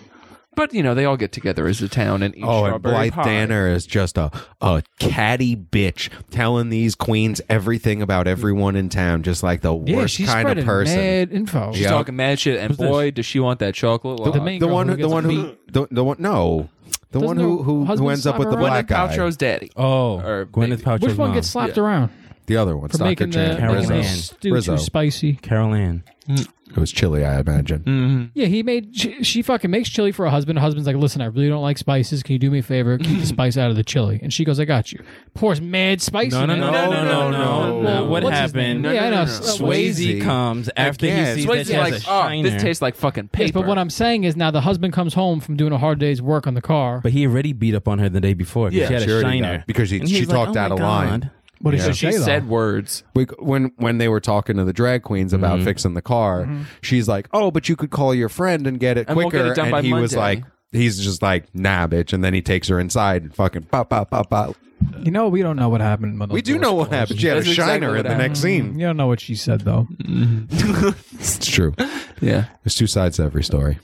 But you know, they all get together as a town and eat Oh, and strawberry Blythe pie. Danner is just a, a catty bitch telling these queens everything about everyone in town, just like the Yeah, worst she's kind of spreading person. mad info. She's Yeah. talking mad shit, and boy, does she want that chocolate. The log. main Uh, the girl one, who who, the gets one who, the, the one, no, the Doesn't one who who, her who husband ends up slap with the her black around? guy, Gwyneth Paltrow's daddy. Oh, Or Gwyneth maybe- Paltrow's Which one mom. gets slapped around the other one, for Stocker making the, Chan, Carol making the Rizzo. Ann. stew Rizzo. too spicy? Carol Ann. It was chilly, I imagine. Yeah, he made she, she fucking makes chili for her husband. Her husband's like, "Listen, I really don't like spices. Can you do me a favor? (laughs) Keep the spice out of the chili." And she goes, "I got you." Pours mad spice. No, in no, it. no, no, no, no, no. Well, What what's his happened? name? No, yeah, I no, know. no, no. S- Swayze Swayze comes after he Again, Swayze's sees that Swayze's she has like, a oh, shiner. this tastes like fucking paper. Yes, but what I'm saying is now the husband comes home from doing a hard day's work on the car. But he already beat up on her the day before. 'cause Yeah, she had she a already shiner got- because he- And she he's like, talked "Oh out my of line." God." what did Yeah. she she say though? said words. We, when when they were talking to the drag queens about Mm-hmm. fixing the car, she's like, "Oh, but you could call your friend and get it And we'll quicker." get it done and by he was Monday. like, "He's just like, nah, bitch." And then he takes her inside and fucking pop, pop, pop, pop. you know, we don't know what happened. when We those do doors know what closed. happened. She had a That's exactly shiner what in the next scene. You don't know what she (laughs) said though. It's true. Yeah. There's two sides to every story.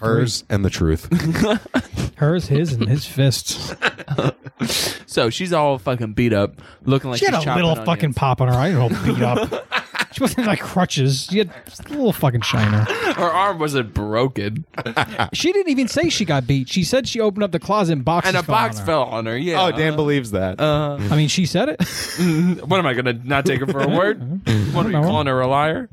Hers and the truth. Hers, his, and his fists. So she's all fucking beat up, looking like She had she's a chopping little onions. fucking pop on her. I don't (laughs) beat up. She wasn't like crutches. She had a little fucking shiner. Her arm wasn't (laughs) broken, She didn't even say she got beat. She said she opened up the closet and boxes and a fell on box her. fell on her. (laughs) Yeah. Uh, Oh, Dan believes that. I mean, she said it. (laughs) What am I gonna not take her for a word? What are you calling her a liar?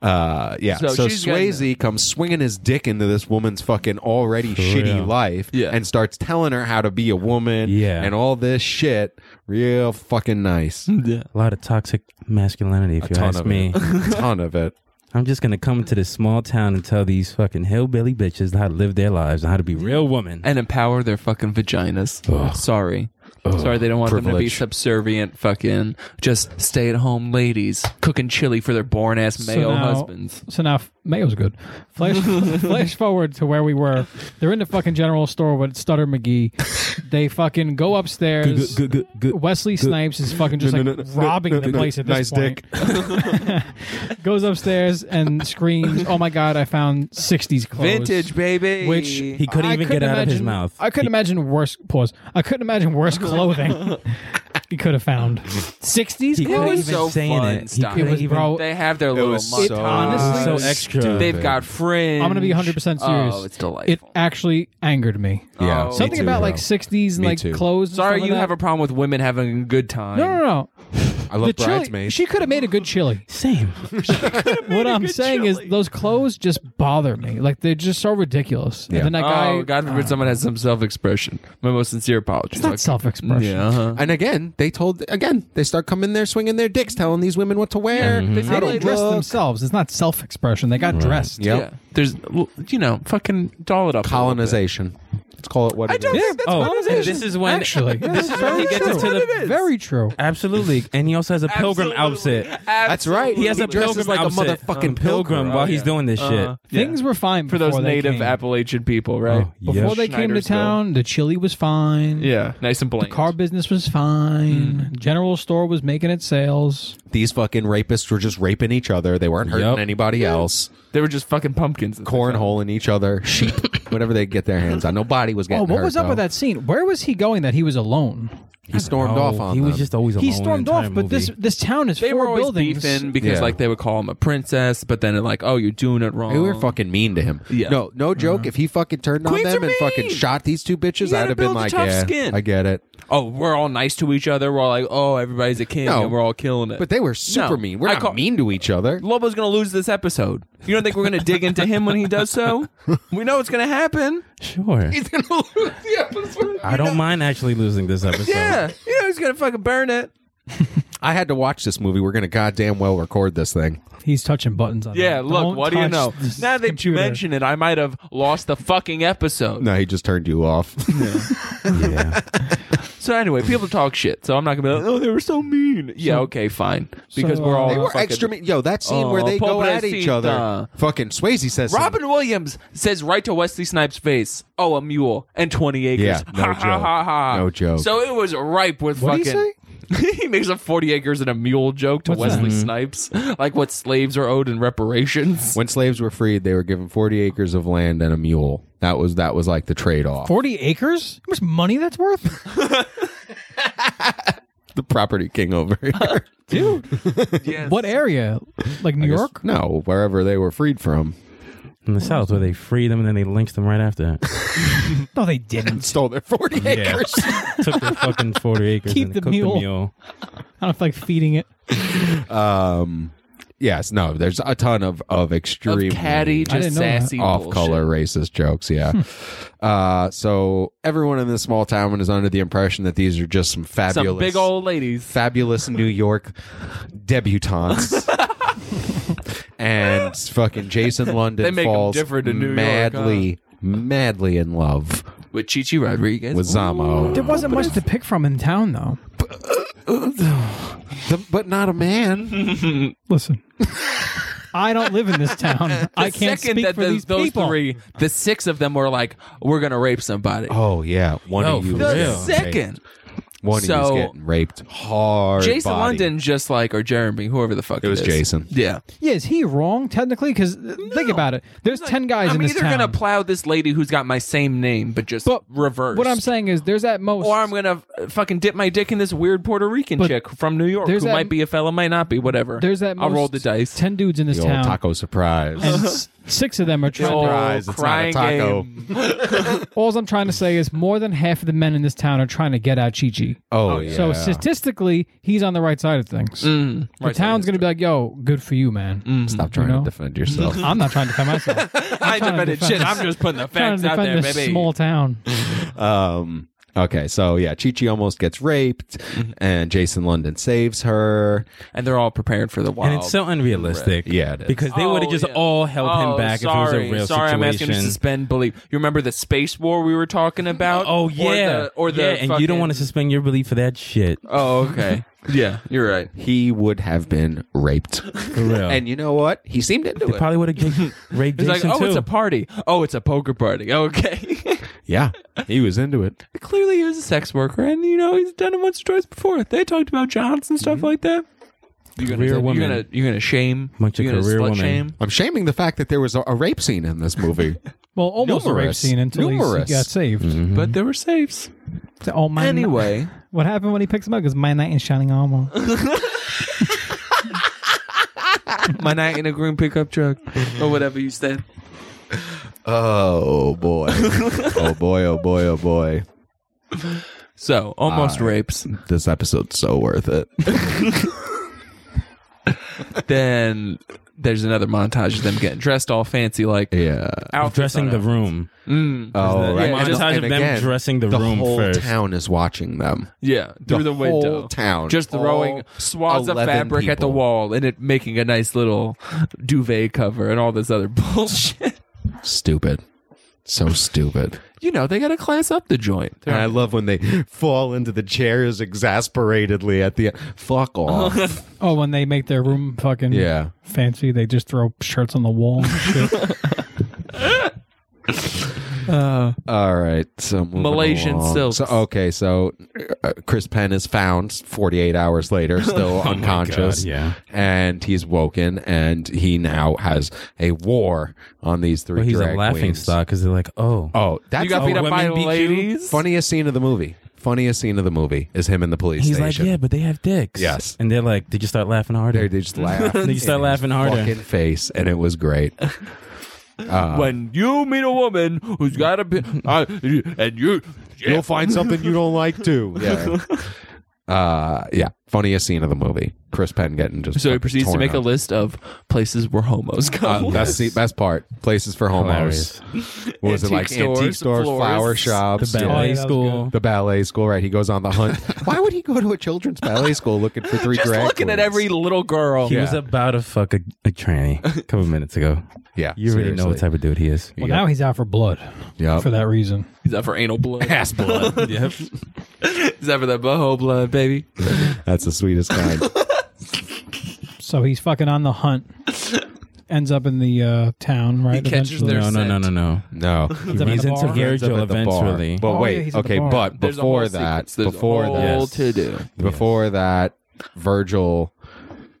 Uh, yeah. So, so she's getting- Swayze comes swinging his dick into this woman's fucking already shitty real. life Yeah. and starts telling her how to be a woman Yeah. and all this shit. Real fucking nice. A lot of toxic masculinity, if you ton ask of me. it. ton of it. I'm just gonna come to this small town and tell these fucking hillbilly bitches how to live their lives and how to be real women. And empower their fucking vaginas. Sorry. Sorry, they don't want them to be Privilege. subservient, fucking just stay at home ladies cooking chili for their born ass male now- husbands. So now f- Mayo's good. (laughs) Flash, flash forward to where we were. They're in the fucking general store with Stutter McGee. They fucking go upstairs. Good, good, good, good. Wesley Snipes is fucking just No, like no, no, no, robbing no, the no, place at nice this point. (laughs) Goes upstairs and screams, "Oh my god, I found '60s clothes." Vintage, baby. oh, Which He couldn't even get couldn't out of his imagine- mouth. I couldn't imagine worse. Pause. I couldn't imagine worse clothing. he could have found sixties. He couldn't was even clothes. so saying fun, it. He Stein. couldn't It was even- bro. They have their little was money. so- honestly so was extra. stupid. They've got fringe. I'm gonna be 100 percent serious. Oh, it's It delightful. actually angered me. (laughs) Yeah. Oh. me Something too, about bro. like sixties and Me like too. clothes. and Sorry, stuff you like have that. a problem with women having a good time. No, no, no. I love the chili. Bridesmaids. She could have made a good chili. Same. What I'm saying is, those clothes just bother me. Like they're just so ridiculous. Yeah. And then that guy, oh, God forbid someone has some self expression. My most sincere apologies. it's not self-expression. Yeah. uh-huh. and again, they told again they start coming there swinging their dicks, telling these women what to wear. They Mm-hmm. say How they they dress look- themselves. It's not self-expression. They got dressed. Yep. Yeah. There's, you know, fucking doll it up. a little Colonization. Let's call it what it is. Yeah. Oh, and this is when (laughs) actually, this is when he gets into the very true. (laughs) absolutely, and he also has a bit. pilgrim Absolutely. outfit. That's right. He has a dresses pilgrim like a outfit. motherfucking Um, pilgrim pilgrim. while Oh, he's yeah. doing this Uh, shit. yeah. Things were fine for those before they native came. Appalachian people, right? Oh, Before Yes. they came to Schneidersville. town, the chili was fine. Yeah, Mm. nice and blank. Car business was fine. General store was making its sales. These fucking rapists were just raping each other. They weren't hurting Yep. anybody else. they were just fucking pumpkins. at the time. Cornholing each other, sheep, whatever they get their hands on. Nobody was getting. oh, what hurt, was up though. with that scene? Where was he going that he was alone? He stormed off on he them. was just always alone. He the stormed entire off, but this movie. this town is They four were always buildings. beefing because Yeah. like they would call him a princess, but then like, oh, you're doing it wrong. They were fucking mean to him. Yeah. No, no joke. If he fucking turned on Queens them are and fucking mean. shot these two bitches, You I'd gotta have been build a like, tough yeah, skin." I get it. oh, we're all nice to each other. We're all like, oh, everybody's a king, No. and we're all killing it. But they were super No. mean. We're I not call- mean to each (laughs) other. Lobo's gonna lose this episode. You don't think we're gonna dig into him when he does so? We know it's gonna happen. sure. He's gonna lose the episode. I don't mind actually losing this episode. Yeah, you know he's gonna fucking burn it. I had to watch this movie. We're gonna goddamn well record this thing. He's touching buttons on Yeah, that. look, Don't what do you touch know? this Now that you computer. mention it, I might have lost the fucking episode. No, he just turned you off. yeah. So anyway, people talk shit. So I'm not gonna be like, oh, they were so mean. yeah, okay, fine. Because So, we're uh, all (laughs) they were fucking- extra mean. Yo, that scene where Oh, they go at pobrecita. each other. Fucking Swayze says some- Robin Williams says right to Wesley Snipes' face, "Oh, a mule and twenty acres." Yeah, no ha, Ha, joke. ha, ha. No joke. So it was ripe with What'd he fucking. (laughs) he makes a forty acres and a mule joke to Wesley Mm-hmm. Snipes, (laughs) like what slaves are owed in (laughs) reparations. When slaves were freed, they were given 40 acres of land and a mule. That was that was like the trade-off. Forty acres? How much money (laughs) that's worth? the property king over here. Yes. what area? Like New York? no, wherever they were freed from. In the South, where they free them and then they lynched them right after. No, they (laughs) didn't. Stole their (laughs) 40 acres. Took their fucking 40 acres Keep and the cooked mule. the mule. I don't feel like feeding it. um yes, no, there's a ton of of of extreme catty, Hmm. I didn't just know that. sassy, off bullshit. color racist jokes, yeah. uh so everyone in this small town is under the impression that these are just some fabulous Some big old ladies. fabulous New York (laughs) debutantes. and fucking Jason London They make 'em falls different in New York, madly, madly in love With Chichi Rodriguez. with Zamo. There wasn't much to pick from in town, though. The- but not a man. Listen, (laughs) I don't live in this (laughs) town. I can't Second speak that for the- these those people. three, the six of them were like, "We're gonna rape somebody." Oh yeah, one Yo, of you. for is the real. getting second, raped. one of So- you is getting raped hard. Jason body. London, just like or Jeremy, whoever the fuck it, was is. Jason. Yeah, Yeah, is he wrong technically? Because think about it. There's ten guys I'm in this either town. gonna plow this lady who's got my same name, but just But reverse. what I'm saying is, there's at most. or I'm gonna f- fucking dip my dick in this weird Puerto Rican But chick from New York who there's that- might be a fella, might not be, whatever. there's at most I'll roll the dice. Ten dudes in this The old town, taco surprise. (laughs) and s- six of them are The trying. old to, Surprise, it's not a crying taco. game. all I'm trying to say is, more than half of the men in this town are trying to get out Chi Chi. oh yeah. So statistically, he's on the right side of things. Mm, the right, town's so gonna be like, "Yo, good for you, man." Mm. Stop trying know? to defend (laughs) yourself. I'm not trying to defend (laughs) (laughs) myself. I trying to defended defend shit. this- I'm just putting the trying to facts out defend there, this baby. small town. Um, okay, so yeah, Chi Chi almost gets raped, and Jason London saves her. and they're all prepared for the wild. And it's so unrealistic. Yeah, it is. Because they Oh, would have just yeah. all held Oh, him back sorry. if it was a real sorry, I'm asking situation. you to suspend belief. You remember the space war we were talking about? oh, yeah. or the, or the yeah, and you don't fucking- want to suspend your belief for that (laughs) shit. Oh, (laughs) okay. yeah, you're right. He would have been raped, For real. and you know what? He seemed into it. Probably (laughs) would have raped He's Jason like, oh, too. it's a party. Oh, it's a poker party. Okay. (laughs) yeah, he was into it. Clearly, he was a sex worker, and you know he's done it once or twice before. They talked about Johns and stuff like that. Mm-hmm. You're gonna, Career you're woman. gonna, you're gonna shame. Bunch of you're gonna career slut woman. shame. I'm shaming the fact that there was a, a rape scene in this movie. Well, almost a rape Numerous. scene until he's- Numerous. he got saved. But there were safes. Oh my! Mm-hmm. Anyway, what happened when he picks him up? Because my knight in shining armor. (laughs) (laughs) my night in a green pickup truck, or whatever you said. oh boy, oh boy, oh boy, oh boy. So almost rapes. This episode's so worth (laughs) it. Then there's another montage of them getting dressed all fancy, like Yeah. outfits dressing on the out- room. Oh, right. right. Yeah, And just montage and of them again, dressing the, the room whole first. town is watching them. Yeah, through the, whole window. town. Just All throwing swaths of 11 fabric at the people. wall and it making a nice little duvet cover and all this other (laughs) bullshit. Stupid. (laughs) So stupid. You know, they got to class up the joint. And I love when they fall into the chairs exasperatedly at the end. Fuck (laughs) off. Oh, when they make their room fucking yeah. fancy, they just throw shirts on (laughs) the wall. and shit. All right. So moving Malaysian along. silks. So, okay. So uh, Chris Penn is found 48 hours (laughs) Oh later, still unconscious. God, yeah. And he's woken and he now has a war on these three But he's a drag laughing queens. stock because they're like, oh, Oh, that's you got oh, beat up by women beat you? ladies. funniest scene of the movie. Funniest scene of the movie is him in the police he's like, station. yeah, but they have dicks. Yes. And they're like, did you start laughing harder? They- They (laughs) just laugh. They start in laughing his harder. Fucking face, and it was great. when you meet a woman who's got a pi- I- and you You'll (laughs) find something you don't like (laughs) too. Yeah. Uh, yeah. Funniest scene of the movie. Chris Penn getting just so he fucking proceeds to torn make a up. Uh, list of places where homos go. (laughs) That's the best part. Places for homos. Hilarious. What was it like? Antique stores, Antique stores, florists, flower the shops, The Oh, yeah. ballet that was school. The ballet school, right? He goes on the (laughs) hunt. Why would he go to a children's ballet school looking for three Just drag looking at queens? every little girl. He was about to fuck a, a tranny a couple minutes (laughs) ago. Yeah, You already know what seriously. type of dude he is. well, now he's out for blood Yep. for that reason. He's out for (laughs) anal blood. ass blood. (laughs) yep. He's out for that boho blood, baby. That's the sweetest (laughs) kind. So he's fucking on the hunt. Ends up in the uh, town, right? catches eventually? their No, no, no, no, no. No. He up at runs into the bar. Ends up Virgil at the bar. eventually. But Oh, wait, yeah, he's at the okay, bar. but There's a whole before sequence. that, There's before a whole that, Yes. to do. before that, Virgil,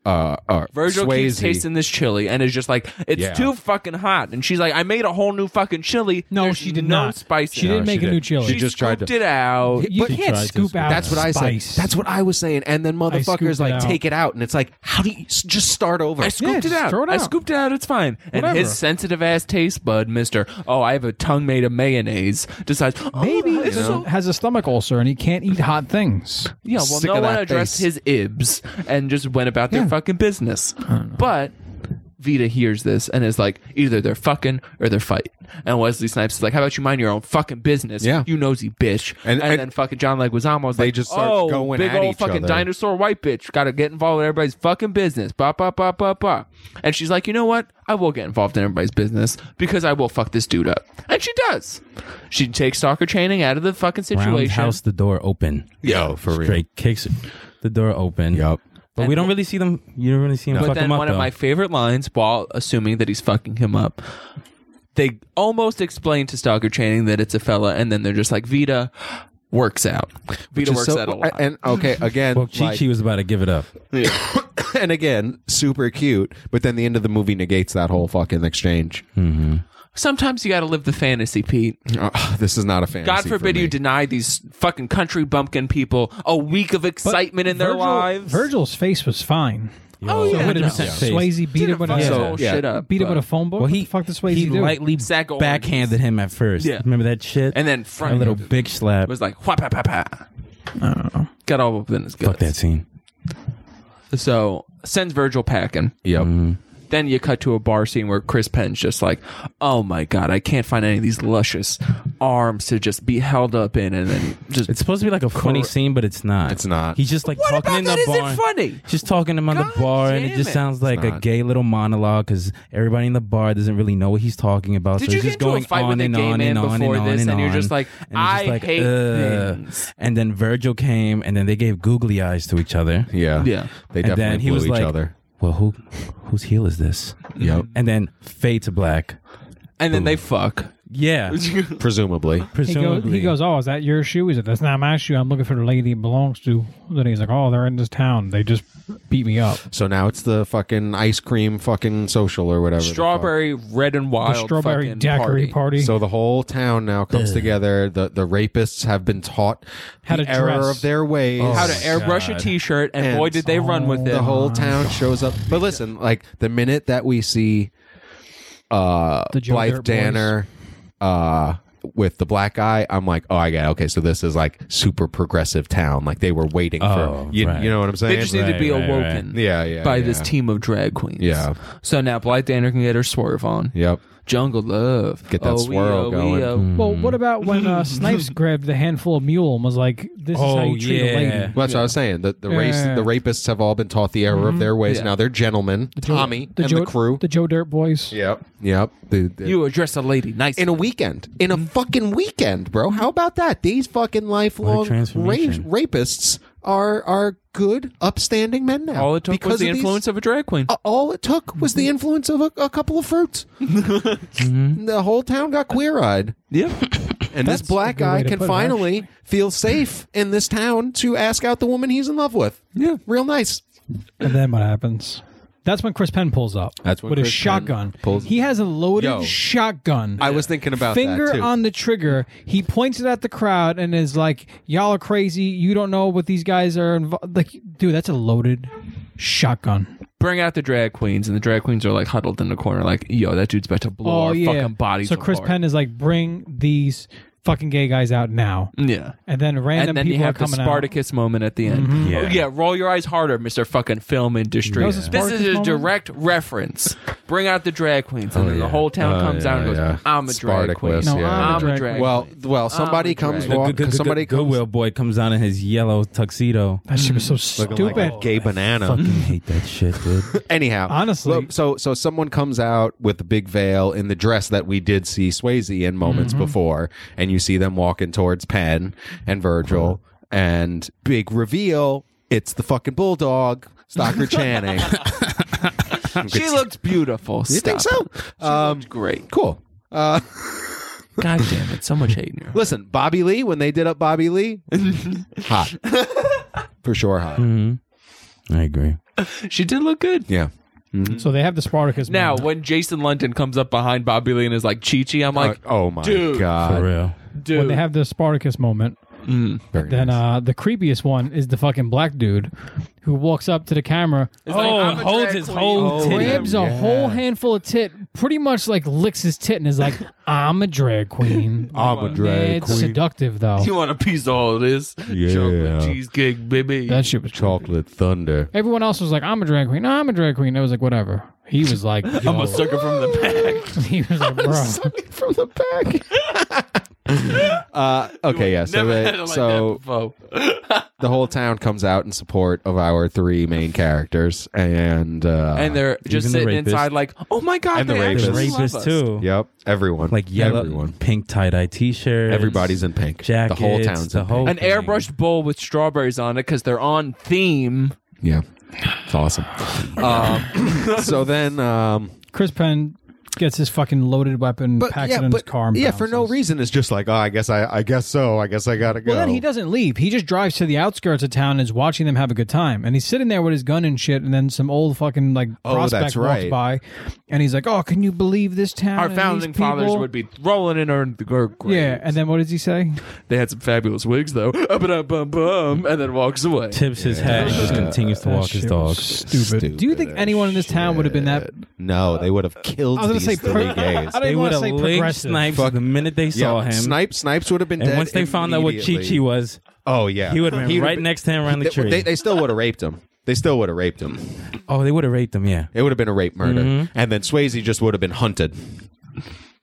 uh, uh Virgil Swayze, keeps tasting this chili and is just like, it's Yeah. too fucking hot. And she's like, I made a whole new fucking chili. No, There's she did no not. Spice. She No, didn't make she a new didn't. chili. She She just tried scooped to- it out. you But- can't She tried to scoop scoop out. it. That's what I said. spice. That's what I was saying. And then scooped it motherfuckers like out. take it out, and it's like, how do you s- just start over? I scooped just it out. throw it I out. scooped it out. It's fine. And Whatever. his sensitive ass taste bud, Mister. Oh, I have a tongue made of mayonnaise. Decides oh, Maybe he it's so- has a stomach ulcer and he can't eat hot things. yeah. Well, Sick no of one that addressed face. his ibs and just went about their fucking business. But Vita hears this and is like, either they're fucking or they're fighting. And Wesley Snipes is like, how about you mind your own fucking business? Yeah. you nosy bitch. And, And- and- then fucking John Leguizamo's They like, just start oh, going big at old each fucking other. dinosaur white bitch. Got to get involved in everybody's fucking business. Ba ba ba ba ba. And she's like, you know what? I will get involved in everybody's business because I will fuck this dude up. And she does. She takes stalker training out of the fucking situation. Roundhouse the door open. Yo, for real. Straight kicks the door open. Yup. But we don't really see them. You don't really see him But fuck then him up one of though. my favorite lines, while assuming that he's fucking him up, they almost explain to Stalker Channing that it's a fella, and then they're just like Vita works out. Vita Just works so- out a lot. And okay, again, well, Chi like- Chi was about to give it up. (coughs) and again, super cute. But then the end of the movie negates that whole fucking exchange. Sometimes you got to live the fantasy, Pete. Ugh, Uh, (laughs) this is not a fantasy. God for forbid me. you deny these fucking country bumpkin people a week of excitement in their Virgil- lives. Virgil's face was fine. oh yeah, Would no. have Yeah. Swayze beat Didn't him with a fuck his So, whole yeah. shit up, uh, beat him but- with a phone book. Well, what he the fuck did Swayze he do? lightly Zach Orms. backhanded him at first. Yeah. Remember that shit? and then a Frank little big slap. was like, "Wha pa pa pa." Got all up in his guts. Fuck that scene. So sends Virgil packing. Yep. Then you cut to a bar scene where Chris Penn's just like, "Oh my god, I can't find any of these luscious arms to just be held up in," and then just It's supposed to be like a funny scene, but it's not. It's not. He's just like What talking about in that the isn't bar. funny? Just talking to him on God the bar, and damn it just it. sounds like a not. gay little monologue because everybody in the bar doesn't really know what he's talking about. Did so you he's get just into a going fight with on a and gay on man and on before and on this, and and you're on. just like, and it's just "I like, hate "Ugh." things. And then Virgil came, and then they gave googly eyes to each other. Yeah. Yeah. They and definitely then he blew was each like, other. "Well, who, whose heel is this?" Yep. And then fade to black. and then they fuck. (laughs) Yeah, Presumably. He goes, presumably. he goes, oh, is that your shoe? He's like, that's not my shoe. I'm looking for the lady it belongs to. Then he's like, oh, they're in this town. They just beat me up. So now it's the fucking ice cream fucking social or whatever. the fuck. Strawberry red and The wild strawberry fucking daiquiri party. party. So the whole town now comes together. The the rapists have been taught How the to error dress. of their ways. How to airbrush a God. t-shirt, and, Oh And boy did they run with it. the whole town shows up. But listen, like the minute that we see uh The Joe Blythe Dirt Boys. Danner, uh with the black guy, I'm like, oh, I got it. okay. So this is like super progressive town. Like they were waiting Oh, for you. right. You know what I'm saying? They just need to Right, be right, awoken right. Yeah, yeah, by this yeah. team of drag queens. Yeah. So now Blythe Danner can get her swerve on. yep. Jungle Love. Get that Oh, we, swirl oh, going. we, Mm. oh. Well, what about when uh, Snipes grabbed the handful of mule and was like, "This is Oh, how you treat yeah. a lady." Well, that's what I was saying. The the Yeah, race yeah, yeah. the rapists have all been taught the error of their ways. Yeah. Now they're gentlemen. Tommy and Joe, the crew. the Joe Dirt boys. yep. Yep. The- the- You Mm-hmm. address a lady nice. in a weekend, in a fucking weekend, bro. How about that? These fucking lifelong ra- transformation. rapists are are good, upstanding men now. All it took was the influence of Mm-hmm. a drag queen. Uh, all it took was the influence of a, a couple of (laughs) fruits. Mm-hmm. The whole town got queer eyed. Yeah. And this black guy way to can put it, finally feel safe in this town to ask out the woman he's in love with. Yeah. Real nice. And then what happens? That's when Chris Penn pulls up. That's when with Chris a Penn shotgun. pulls- He has a loaded Yo. shotgun. I was thinking about Finger that too. on the trigger. He points it at the crowd and is like, "Y'all are crazy. You don't know what these guys are involved." Like, dude, that's a loaded shotgun. Bring out the drag queens, and the drag queens are like huddled in the corner, like, yo, that dude's about to blow oh our yeah. fucking bodies so Chris apart. Penn is like, "Bring these fucking gay guys out now." Yeah. And then And, random then people you have the are coming out. Mm-hmm. Spartacus moment at the end. Yeah. Oh, yeah, roll your eyes harder, Mr. fucking film industry. That was a This Spartacus is a moment? direct reference. Bring out the drag queens, and then the whole town comes out and goes, I'm a drag queen. Spartacus, No, yeah. I'm a drag queen. well, well, somebody I'm a comes. drag- Walk, Good- good- good- somebody comes. Goodwill boy comes out in his yellow tuxedo. That shit was so Mm. looking stupid. like a gay banana. Fucking hate that shit, dude. (laughs) Anyhow, Honestly. look, so so someone comes out with the big veil in the dress that we did see Swayze in moments before, and you see them walking towards Penn and Virgil, and big reveal. It's the fucking bulldog, Stalker Channing. She looked beautiful. you think so? Um, Great. cool. Uh, God damn it. So much hating her. listen, Bobby Lee. When they did up Bobby Lee, hot for sure, hot. (laughs) I agree. She did look good. Yeah. So they have the Spartacus Now, moment. when Jason London comes up behind Bobby Lee and is like, Chi Chi, I'm like, Uh, oh my dude. god. For real. dude. when they have the Spartacus moment. Very Then nice. uh, the creepiest one is the fucking black dude who walks up to the camera, It's like, Oh, I'm a holds drag his queen. whole Oh, titty. grabs a whole handful of tit, pretty much like licks his tit and is like, (laughs) "I'm a drag queen." I'm a drag uh, it's queen. seductive (laughs) though. You want a piece of all this? Yeah. Chocolate cheesecake, baby. That shit was. Chocolate thunder. (laughs) Everyone else was like, "I'm a drag queen." No, I'm a drag queen. It was like whatever. He was like, I'm a sucker from the back. (laughs) He was like, "Bro." (laughs) (laughs) from the back. (laughs) uh, okay, yeah. So, Never they- had it like so that before. the whole town comes out in support of our three main characters, and uh, and they're just Even the sitting rapist. inside, like, oh my god, And the they rapist. The actually love rapist us. too. yep, everyone, Like yellow, everyone, pink tie dye T-shirt. everybody's in pink. jackets. the whole town's the in whole An airbrushed bowl with strawberries on it because they're on theme. pink. Yeah, it's (laughs) awesome. um, so then, um, Chris Penn gets his fucking loaded weapon, but packs yeah, it in but his car, and yeah, for no bounces. reason. It's just like, oh, I guess I, I guess so. I guess I gotta go. Well, then he doesn't leave. He just drives to the outskirts of town and is watching them have a good time. And he's sitting there with his gun and shit. And then some old fucking like Oh, prospect that's right. walks by, and he's like, "Oh, can you believe this town? Our and these founding fathers people?" would be rolling in our the grave. Yeah, and then what does he say? they had some fabulous wigs though. Up-a-da-bum-bum, And then walks away. tips his hat and just continues to That walk his shit dog. was Stupid. Do you think as anyone in this town would have been that? No, they would have killed I was gonna these say three pro- gays. (laughs) They I didn't would want to have say linked progressive. Snipes the minute they saw him. Snipe, Snipes would have been and dead. once they found out what Chi Chi immediately. was, Oh yeah, he would have been would've right been- next to him around the They, tree. they, they still would have raped him. They still would have raped him. oh, they would have raped him. Yeah. It would have been a rape murder, Mm-hmm. and then Swayze just would have been hunted,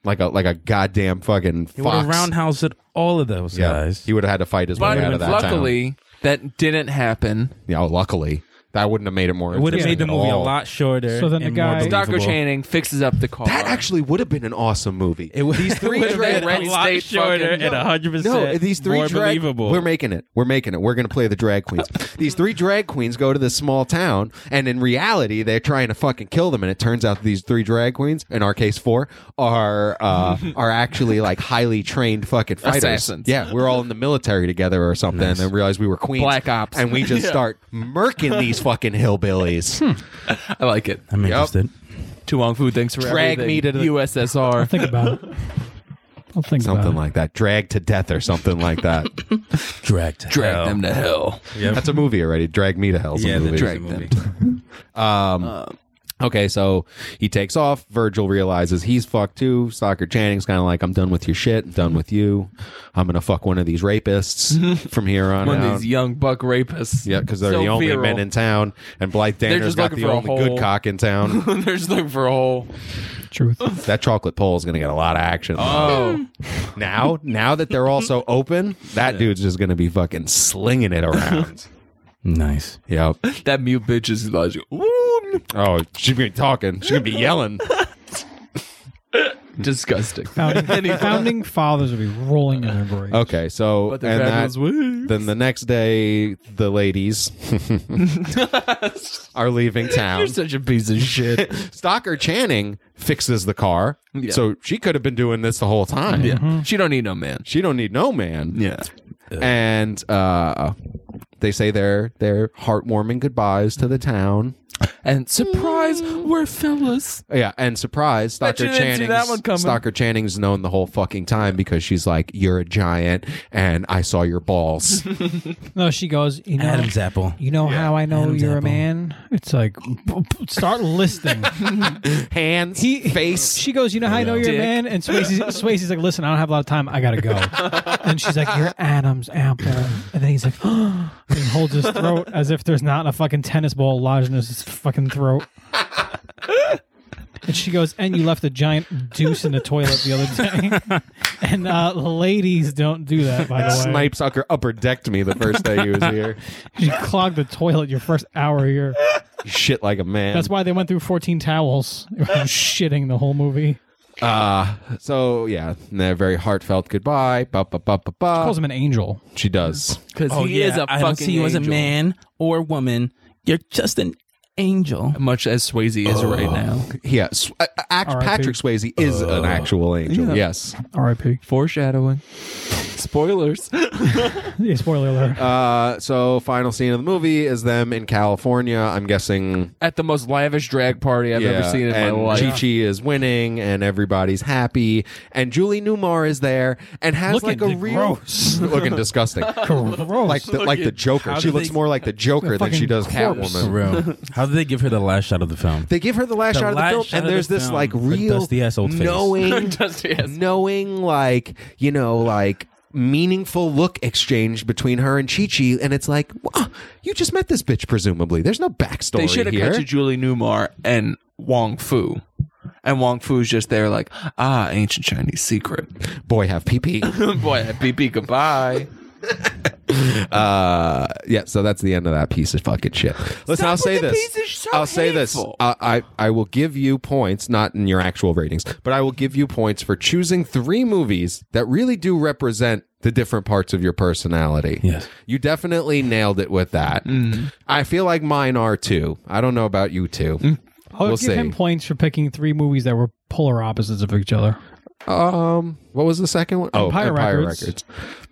like a like a goddamn fucking He would have fox. roundhoused all of those yeah, guys. he would have had to fight his but way out of that luckily, that didn't happen. town. Yeah, oh, luckily that wouldn't have made it more. It would have interesting made the at movie a all. lot shorter. So then the and more guy- believable. Dr. Channing fixes up the car. That actually would have been an awesome movie. It would (laughs) These three have drag- been a red lot state shorter fucking- and hundred No, percent. these three more drag- believable. We're making it. We're making it. We're gonna play the drag queens. these three drag queens go to this small town, and in reality, they're trying to fucking kill them. And it turns out these three drag queens, in our case four, are uh, are actually like highly trained fucking fighters. Assassins. Yeah, we're all in the military together or something, and then realize we were queens. Black ops. and we just start murking these fucking hillbillies. I like it. I'm interested. Tu Wong Fu, thanks for Drag everything. me to the- (laughs) USSR. Think about it. I'll think something about like that. Drag to death or something like that. Drag to Drag hell. them to hell. That's a movie already. Drag me to hell's a Yeah, the movie. drag Drag movie. them. Okay, so he takes off. Virgil realizes he's fucked too. Soccer Channing's kind of like, I'm done with your shit. I'm done with you. I'm going to fuck one of these (laughs) rapists from here on One out. of these young buck rapists. yeah, because they're So the only virile. (laughs) men in town. And Blythe Danner's just got the looking for a only good hole. cock in (laughs) town. They're just looking for a hole. Truth. that chocolate pole is going to get a lot of action. Oh, (laughs) Now, now that they're all so open, that dude's just going to be fucking slinging it (laughs) around. Nice. yep. that mute bitch is like, "Ooh." Oh, she's going to be talking. She's going to be yelling. disgusting. (laughs) (laughs) Founding, founding fathers would be rolling in their graves. Okay, so (laughs) But the and bad that, ones win. then the next day, the (laughs) ladies are leaving town. You're such a piece of shit. Stalker Channing fixes the car, Yeah. so she could have been doing this the whole time. (laughs) Yeah, she don't need no man. She don't need no man. Mm-hmm. Yeah, And uh, they say their their heartwarming goodbyes to the town. and surprise, we're fellas. Yeah, and surprise, Bet Stalker you didn't see that one coming. Channing's Stalker Channing's known the whole fucking time because she's like, "You're a giant, and I saw your (laughs) balls." No, she goes, you know, Adam's apple. you know how I know Adam's you're a apple. man? It's like, (laughs) p- p- start (laughs) listing. Hands, face. She goes, you know how I know you're Dick. a man? And Swayze's, Swayze's like, listen, I don't have a lot of time. I (laughs) gotta go. and she's like, you're Adam's apple. And then he's like, (gasps) and he holds his throat as if there's not a fucking tennis ball lodged in his fucking throat. And she goes, and you left a giant deuce in the toilet the other day. (laughs) and uh, ladies don't do that, by the way. Snipe sucker upper decked me the first day he was here. You clogged the toilet your first hour here. Shit like a man. That's why they went through 14 towels. (laughs) It was shitting the whole movie. Uh, so yeah, and they're very heartfelt goodbye. Ba, ba, ba, ba, ba. Calls him an angel. She does. Because he is a Oh, I fucking don't see you as a angel. man or woman. You're just an (laughs) angel. Much as Swayze is right now. Yeah, S- uh, act- R.I.P. Patrick Swayze is an actual angel. Yeah. Yes. R.I.P. Foreshadowing. Spoilers. Yeah, (laughs) spoiler alert. Uh, so final scene of the movie is them in California. I'm guessing. At the most lavish drag party I've ever Yeah, seen in my and life. Chi Chi is winning, and everybody's happy, and Julie Newmar is there, and has Looking like a real (laughs) gross. looking disgusting, Gross. like the, like the Joker. She do looks they- more like the Joker than she fucking does corpse. Catwoman. Bro, how did they give her the last shot of the film? They give her the last The shot of the last film, shot and of the there's this film. like The real dusty-ass old face. knowing, Dusty-ass. knowing, like you know, like meaningful look exchange between her and Chi Chi, and it's like, "Wha- you just met this bitch, presumably. There's no backstory they should have here. cut to Julie Newmar and Wong Fu. And Wong Fu's just there like, ah, ancient Chinese secret. (laughs) Boy, have pee pee. Boy, BP, goodbye. uh, yeah, so that's the end of that piece of fucking shit. Listen, I'll with say the this. piece of- so I'll say hateful. this. I, I I will give you points, not in your actual ratings, but I will give you points for choosing three movies that really do represent the different parts of your personality. Yes. You definitely nailed it with that. I feel like mine are too. I don't know about you two. I'll we'll give him see. points for picking three movies that were polar opposites of each other. Um, what was the second one? Oh, Empire Records. Records.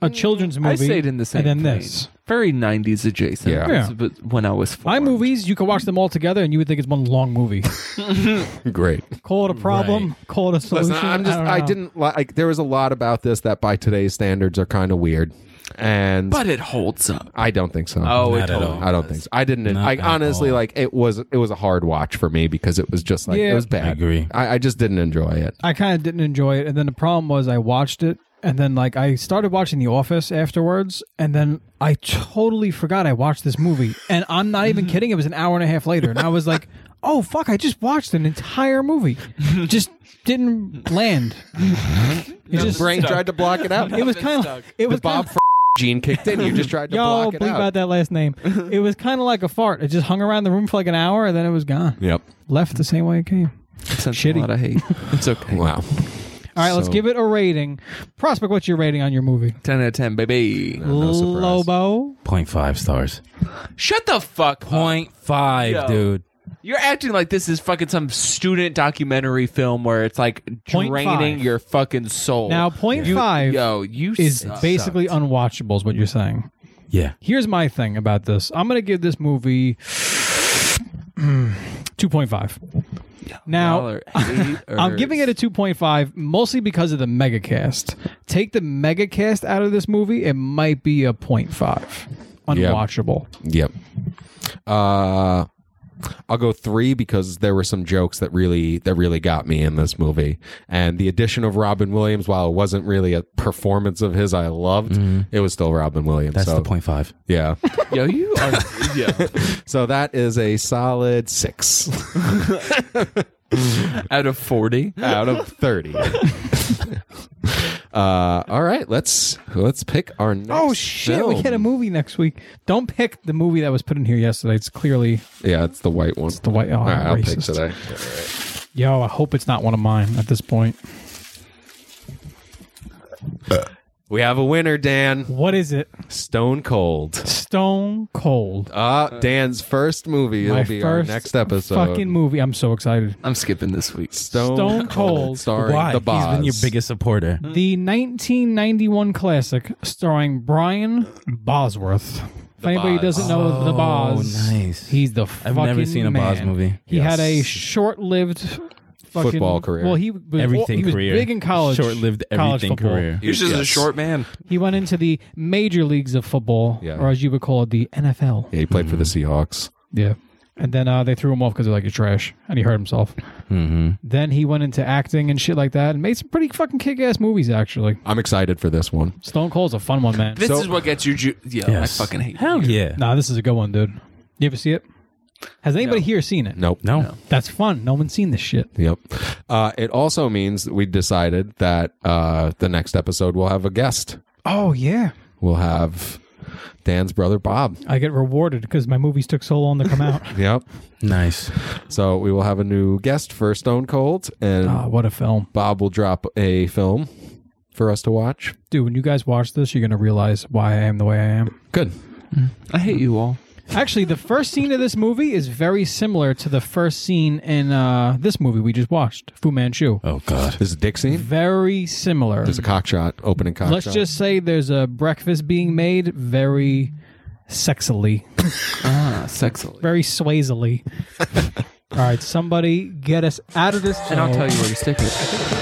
A children's movie. I stayed in the same And then plane. this. Very 90s adjacent. Yeah. Yeah. But when I was four. My movies, you could watch them all together and you would think it's one long (laughs) movie. (laughs) Great. call it a problem, call it a solution. Listen, I'm just. don't I, know. didn't li- like. There was a lot about this that, by today's standards, are kind of weird, and But it holds up. I don't think so. Oh, Not it at totally all. I don't think so. I didn't. I at honestly all. like it was. It was a hard watch for me because it was just like it Yeah. was bad. I agree. I, I just didn't enjoy it. I kind of didn't enjoy it. And then the problem was I watched it. And then, like, I started watching The Office afterwards, and then I totally forgot I watched this movie. And I'm not even kidding; it was an hour and a half later, and I was like, "Oh fuck! I just watched an entire movie. Just (laughs) didn't land. It Your just brain (laughs) tried to block it out. (laughs) it was kind of it was Bob kinda- Fr- gene kicked in. You just (laughs) tried to yo block it bleep out. out that (laughs) last name. It was kind of like a fart. It just hung around the room for like an hour, and then it was gone. Yep. Left the same way it came. Sense Shitty. a lot of hate. It's (laughs) okay. Wow. All right, let's So- give it a rating. Prospect, what's your rating on your movie? 10 out of 10, baby. No surprise. Lobo. 0.5 stars. Shut the fuck up. Uh, 0.5, Yo. dude. You're acting like this is fucking some student documentary film where it's like Point draining five. your fucking soul. Oh, Now, point five yo, you is suck. basically unwatchable, is what you're saying. Yeah. Here's my thing about this I'm going to give this movie (clears throat) mm, 2.5. Now, Y'all are haters. (laughs) I'm giving it a 2.5 mostly because of the mega cast. Take the mega cast out of this movie, it might be a 0.5. Yeah. Unwatchable. Yep. Uh, I'll go three because there were some jokes that really that really got me in this movie. And the addition of Robin Williams, while it wasn't really a performance of his, I loved. It was still Robin Williams. Mm-hmm. That's so, the point five. Yeah. (laughs) Yo, you are. Yeah. so that is a solid six Out of 40. out of thirty. uh, all right, let's let's pick our next. Oh shit! We film. get a movie next week. Don't pick the movie that was put in here yesterday. It's clearly Yeah, it's the white one. It's the white. Oh, All right, I'll pick racist. today. Yo, I hope it's not one of mine at this point. We have a winner, Dan. What is it? Stone Cold. Stone Cold. Ah, Dan's first movie. It'll My be our first next episode. Fucking movie. I'm so excited. I'm skipping this week. Stone, Stone Cold. starring Why? the He's Boz. been your biggest supporter. The 1991 classic starring Brian Bosworth. If anybody Boz. doesn't know the Boz, Oh, nice. he's the I've never fucking seen a man. Boz movie. He Yes. had a short-lived fucking, Football career. Well, he was, Everything he was career. big in college. Short-lived college everything football. career. You're just a Yes. short man. He went into the major leagues of football, Yeah. or as you would call it, the NFL. Yeah, he played for the Mm-hmm. Seahawks. Yeah. And then uh, they threw him off because they're like, you're trash. And he hurt himself. Mm-hmm. Then he went into acting and shit like that and made some pretty fucking kick ass movies, actually. I'm excited for this one. Stone Cold's a fun one, man. This So- is what gets you. Ju- yeah, Yes. I fucking hate Hell yeah. nah, this is a good one, dude. You ever see it? Has anybody No. here seen it? Nope. No. That's fun. No one's seen this shit. Yep. Uh, it also means that we decided that uh, the next episode we'll have a guest. Oh, yeah. We'll have Dan's brother Bob. I get rewarded because my movies took so long to come (laughs) out. Yep. Nice. So we will have a new guest for Stone Cold, and Ah, what a film. Bob will drop a film for us to watch. Dude, when you guys watch this, you're going to realize why I am the way I am. Good. I hate you all. Actually, the first scene of this movie is very similar to the first scene in uh, this movie we just watched, Fu Manchu. Oh God. There's a dick scene. Very similar. There's a cock shot, opening cock Let's shot. just say there's a breakfast being made very sexily, Ah, sexily. (laughs) very swazily. All right, somebody get us out of this. And I'll show. tell you where to stick it.